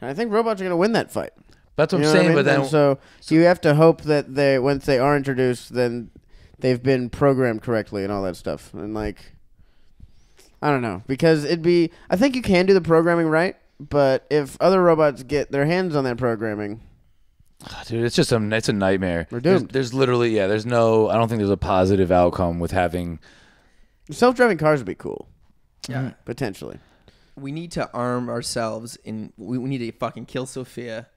Speaker 4: and i think robots are going to win that fight
Speaker 3: That's what
Speaker 4: you know
Speaker 3: I'm
Speaker 4: what I
Speaker 3: saying.
Speaker 4: mean?
Speaker 3: But then,
Speaker 4: And so, you have to hope that they once they are introduced then they've been programmed correctly and all that stuff and like i don't know because it'd be i think you can do the programming right but if other robots get their hands on that programming
Speaker 3: dude, it's just a it's a nightmare.
Speaker 4: We're
Speaker 3: There's,
Speaker 4: doomed.
Speaker 3: there's literally yeah. There's no. I don't think there's a positive outcome with having.
Speaker 4: Self-driving cars would be cool, Mm-hmm.
Speaker 2: Yeah.
Speaker 4: potentially.
Speaker 2: We need to arm ourselves and we, we need to fucking kill Sophia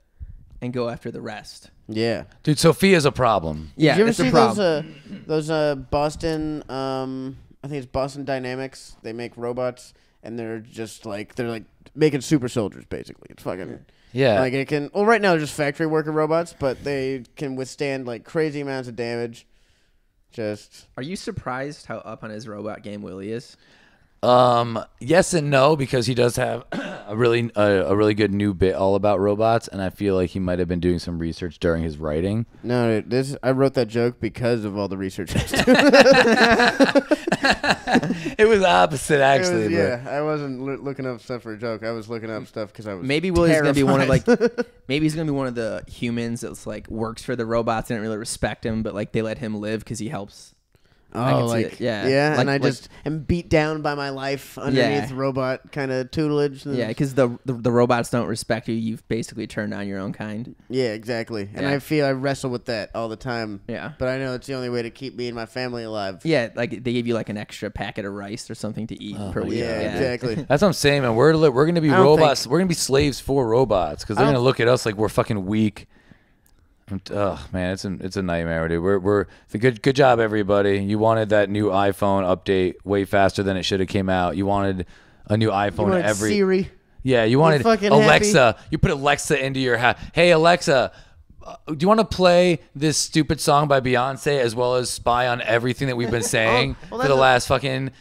Speaker 2: and go after the rest.
Speaker 4: Yeah.
Speaker 3: Dude, Sophia's a problem.
Speaker 2: Yeah,
Speaker 4: Did you ever
Speaker 2: it's a
Speaker 4: see
Speaker 2: problem.
Speaker 4: those uh, those uh, Boston? Um, I think it's Boston Dynamics. They make robots, and they're just like they're like making super soldiers. Basically, it's fucking
Speaker 3: Yeah.
Speaker 4: Like it can. Well, right now they're just factory worker robots, but they can withstand like crazy amounts of damage. Just
Speaker 2: Are you surprised how up on his robot game Willie is?
Speaker 3: Um, yes and no because he does have a really a, a really good new bit all about robots, and I feel like he might have been doing some research during his writing.
Speaker 4: no. dude, This I wrote that joke because of all the research. I was doing.
Speaker 3: It was opposite
Speaker 4: It was-
Speaker 3: actually. but-
Speaker 4: yeah, I wasn't loo- looking up stuff for a joke. I was looking up stuff because I was
Speaker 2: Maybe Willie's gonna be one of
Speaker 4: terrified.
Speaker 2: like maybe he's gonna be one of the humans that's like works for the robots and don't really respect him, but like they let him live because he helps. I
Speaker 4: Oh,
Speaker 2: can see
Speaker 4: like
Speaker 2: it. Yeah.
Speaker 4: yeah.
Speaker 2: Like-
Speaker 4: and I
Speaker 2: like-
Speaker 4: just am beat down by my life underneath
Speaker 2: Yeah.
Speaker 4: robot kind of tutelage. and-
Speaker 2: Yeah, because the, the the robots don't respect you. You've basically turned on your own kind.
Speaker 4: yeah, exactly. And
Speaker 2: Yeah.
Speaker 4: I feel I wrestle with that all the time.
Speaker 2: Yeah.
Speaker 4: but I know it's the only way to keep me and my family alive.
Speaker 2: Yeah, like they give you like an extra packet of rice or something to eat per week.
Speaker 4: Oh, yeah, exactly.
Speaker 3: That's what I'm saying, man. We're li- we're gonna be
Speaker 4: don't
Speaker 3: robots. We're gonna be slaves for robots because they're
Speaker 4: don't-
Speaker 3: gonna look at us like we're fucking weak. I'm t- Ugh, man, it's an, it's a nightmare, dude. We're we're the good good job, everybody. You wanted that new iPhone update way faster than it should have came out. You wanted a new
Speaker 4: You
Speaker 3: iPhone
Speaker 4: want
Speaker 3: every
Speaker 4: Siri?
Speaker 3: Yeah, you wanted
Speaker 4: fucking
Speaker 3: Alexa. You put Alexa into your house. Hey, Alexa, uh, do you want to play this stupid song by Beyonce as well as spy on everything that we've been saying
Speaker 4: well,
Speaker 3: for the
Speaker 4: that's a-
Speaker 3: last fucking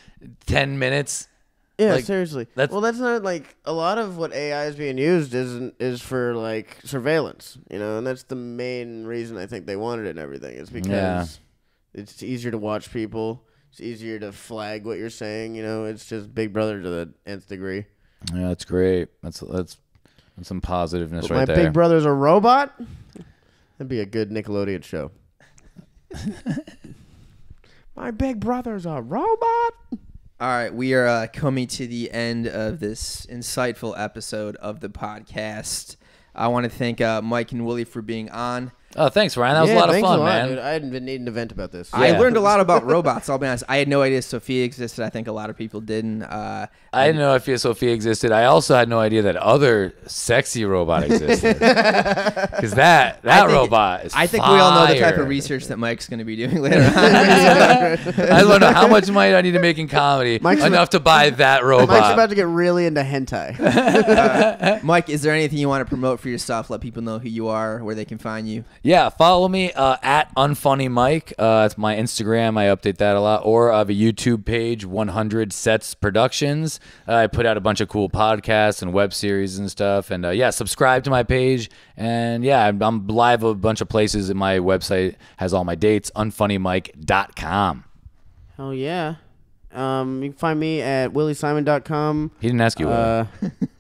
Speaker 3: 10 minutes?
Speaker 4: Yeah,
Speaker 3: Like,
Speaker 4: seriously.
Speaker 3: that's-
Speaker 4: well, that's not like a lot of what AI is being used isn't is for like surveillance, you know, and that's the main reason I think they wanted it and everything is because
Speaker 3: Yeah.
Speaker 4: it's easier to watch people. It's easier to flag what you're saying, you know. It's just Big Brother to the nth degree.
Speaker 3: Yeah, that's great. That's that's, that's some positiveness
Speaker 4: My
Speaker 3: right there.
Speaker 4: Big Brother's a robot. That'd be a good Nickelodeon show. My Big Brother's a robot.
Speaker 2: All right, we are uh, coming to the end of this insightful episode of the podcast. I want to thank uh, Mike and Willie for being on.
Speaker 3: oh, thanks, Ryan. That was
Speaker 4: yeah,
Speaker 3: a lot of
Speaker 4: thanks
Speaker 3: fun,
Speaker 4: a lot,
Speaker 3: man.
Speaker 4: Dude. I hadn't been needing to vent about this.
Speaker 2: I
Speaker 3: Yeah.
Speaker 2: learned a lot about robots. I'll be honest. I had no idea Sophia existed. I think a lot of people didn't. Uh,
Speaker 3: I didn't know if Sophia existed. I also had no idea that other sexy robot existed. Because that that
Speaker 2: I think-
Speaker 3: robot is
Speaker 2: I think we all know the type
Speaker 3: fire.
Speaker 2: of research that Mike's going to be doing later on.
Speaker 3: I don't know how much money I need to make in comedy
Speaker 4: Mike's
Speaker 3: enough to buy that robot.
Speaker 4: Mike's about to get really into hentai.
Speaker 2: Mike, is there anything you want to promote for yourself? Let people know who you are, where they can find you.
Speaker 3: yeah, follow me uh, at unfunny Mike. Uh, it's my Instagram. I update that a lot. Or I have a YouTube page, 100 Sets Productions. Uh, I put out a bunch of cool podcasts and web series and stuff. And uh, yeah, subscribe to my page. And yeah, I'm, I'm live a bunch of places. And my website has all my dates, unfunnymike.com.
Speaker 4: Hell Oh, yeah. Um, you can find me at williesimon.com.
Speaker 3: He didn't ask you. Will.
Speaker 4: Uh,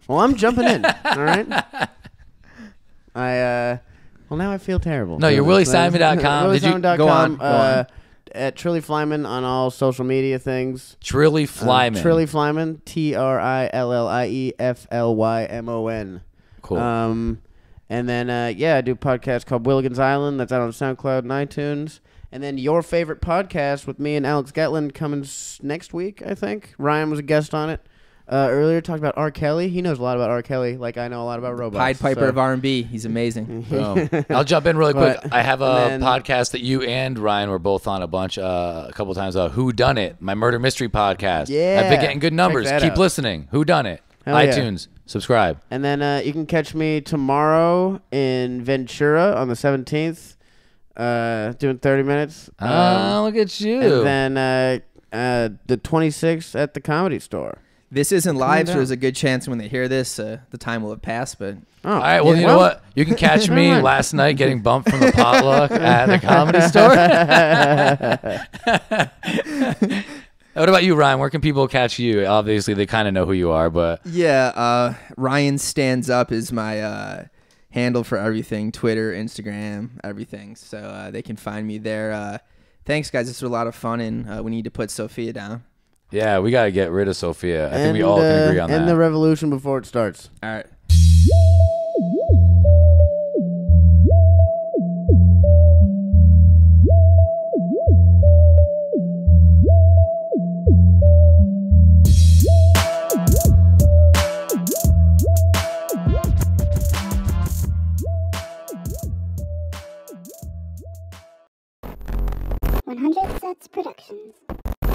Speaker 4: well, I'm jumping in. all right. I uh, well now I feel terrible.
Speaker 3: No, you're WillieSimon.com. Did you-
Speaker 2: go on,
Speaker 4: WillieSimon.com,
Speaker 2: go
Speaker 4: uh, at Trilly Flyman on all social media things.
Speaker 3: Trilly Flyman.
Speaker 4: Trilly Flyman. T R I L L I E F L Y M O N.
Speaker 3: Cool.
Speaker 4: Um, and then uh, yeah, I do a podcast called Willigan's Island that's out on SoundCloud and iTunes. And then your favorite podcast with me and Alex Getland coming s- next week, I think. Ryan was a guest on it uh, earlier. Talked about R. Kelly. He knows a lot about R. Kelly, like I know a lot about robots.
Speaker 2: Pied Piper
Speaker 4: so-
Speaker 2: of R&B. He's amazing.
Speaker 3: Boom. Um, I'll jump in really quick.
Speaker 4: But-
Speaker 3: I have a
Speaker 4: and then-
Speaker 3: podcast that you and Ryan were both on a bunch, uh, a couple times. Uh, Who Done It? My murder mystery podcast. I've
Speaker 4: Yeah.
Speaker 3: been getting good
Speaker 4: Check
Speaker 3: numbers.
Speaker 4: that
Speaker 3: Keep
Speaker 4: out.
Speaker 3: listening. Who Done It?
Speaker 4: Hell yeah.
Speaker 3: iTunes. Subscribe.
Speaker 4: And then uh, you can catch me tomorrow in Ventura on the 17th, uh, doing 30 minutes. Um,
Speaker 3: Ah, look at you.
Speaker 4: and then uh, uh, the 26th at the Comedy Store.
Speaker 2: This isn't live, so
Speaker 4: down.
Speaker 2: there's a good chance when they hear this, uh, the time will have passed. But
Speaker 4: Oh,
Speaker 3: All right. Well, you know what? You can catch me
Speaker 4: Never mind.
Speaker 3: last night getting bumped from the potluck at the comedy store. what about you, Ryan? Where can people catch you? Obviously, they kind of know who you are, but
Speaker 2: yeah, uh, Ryan stands up is my uh, handle for everything: Twitter, Instagram, everything. So uh, they can find me there. Uh, thanks, guys. This was a lot of fun, and uh, we need to put Sophia down.
Speaker 3: yeah, we got to get rid of Sophia. I think we
Speaker 4: And,
Speaker 3: all can
Speaker 4: uh,
Speaker 3: agree on that.
Speaker 4: End the revolution before it starts.
Speaker 2: All right.
Speaker 1: One Hundred Sets Productions.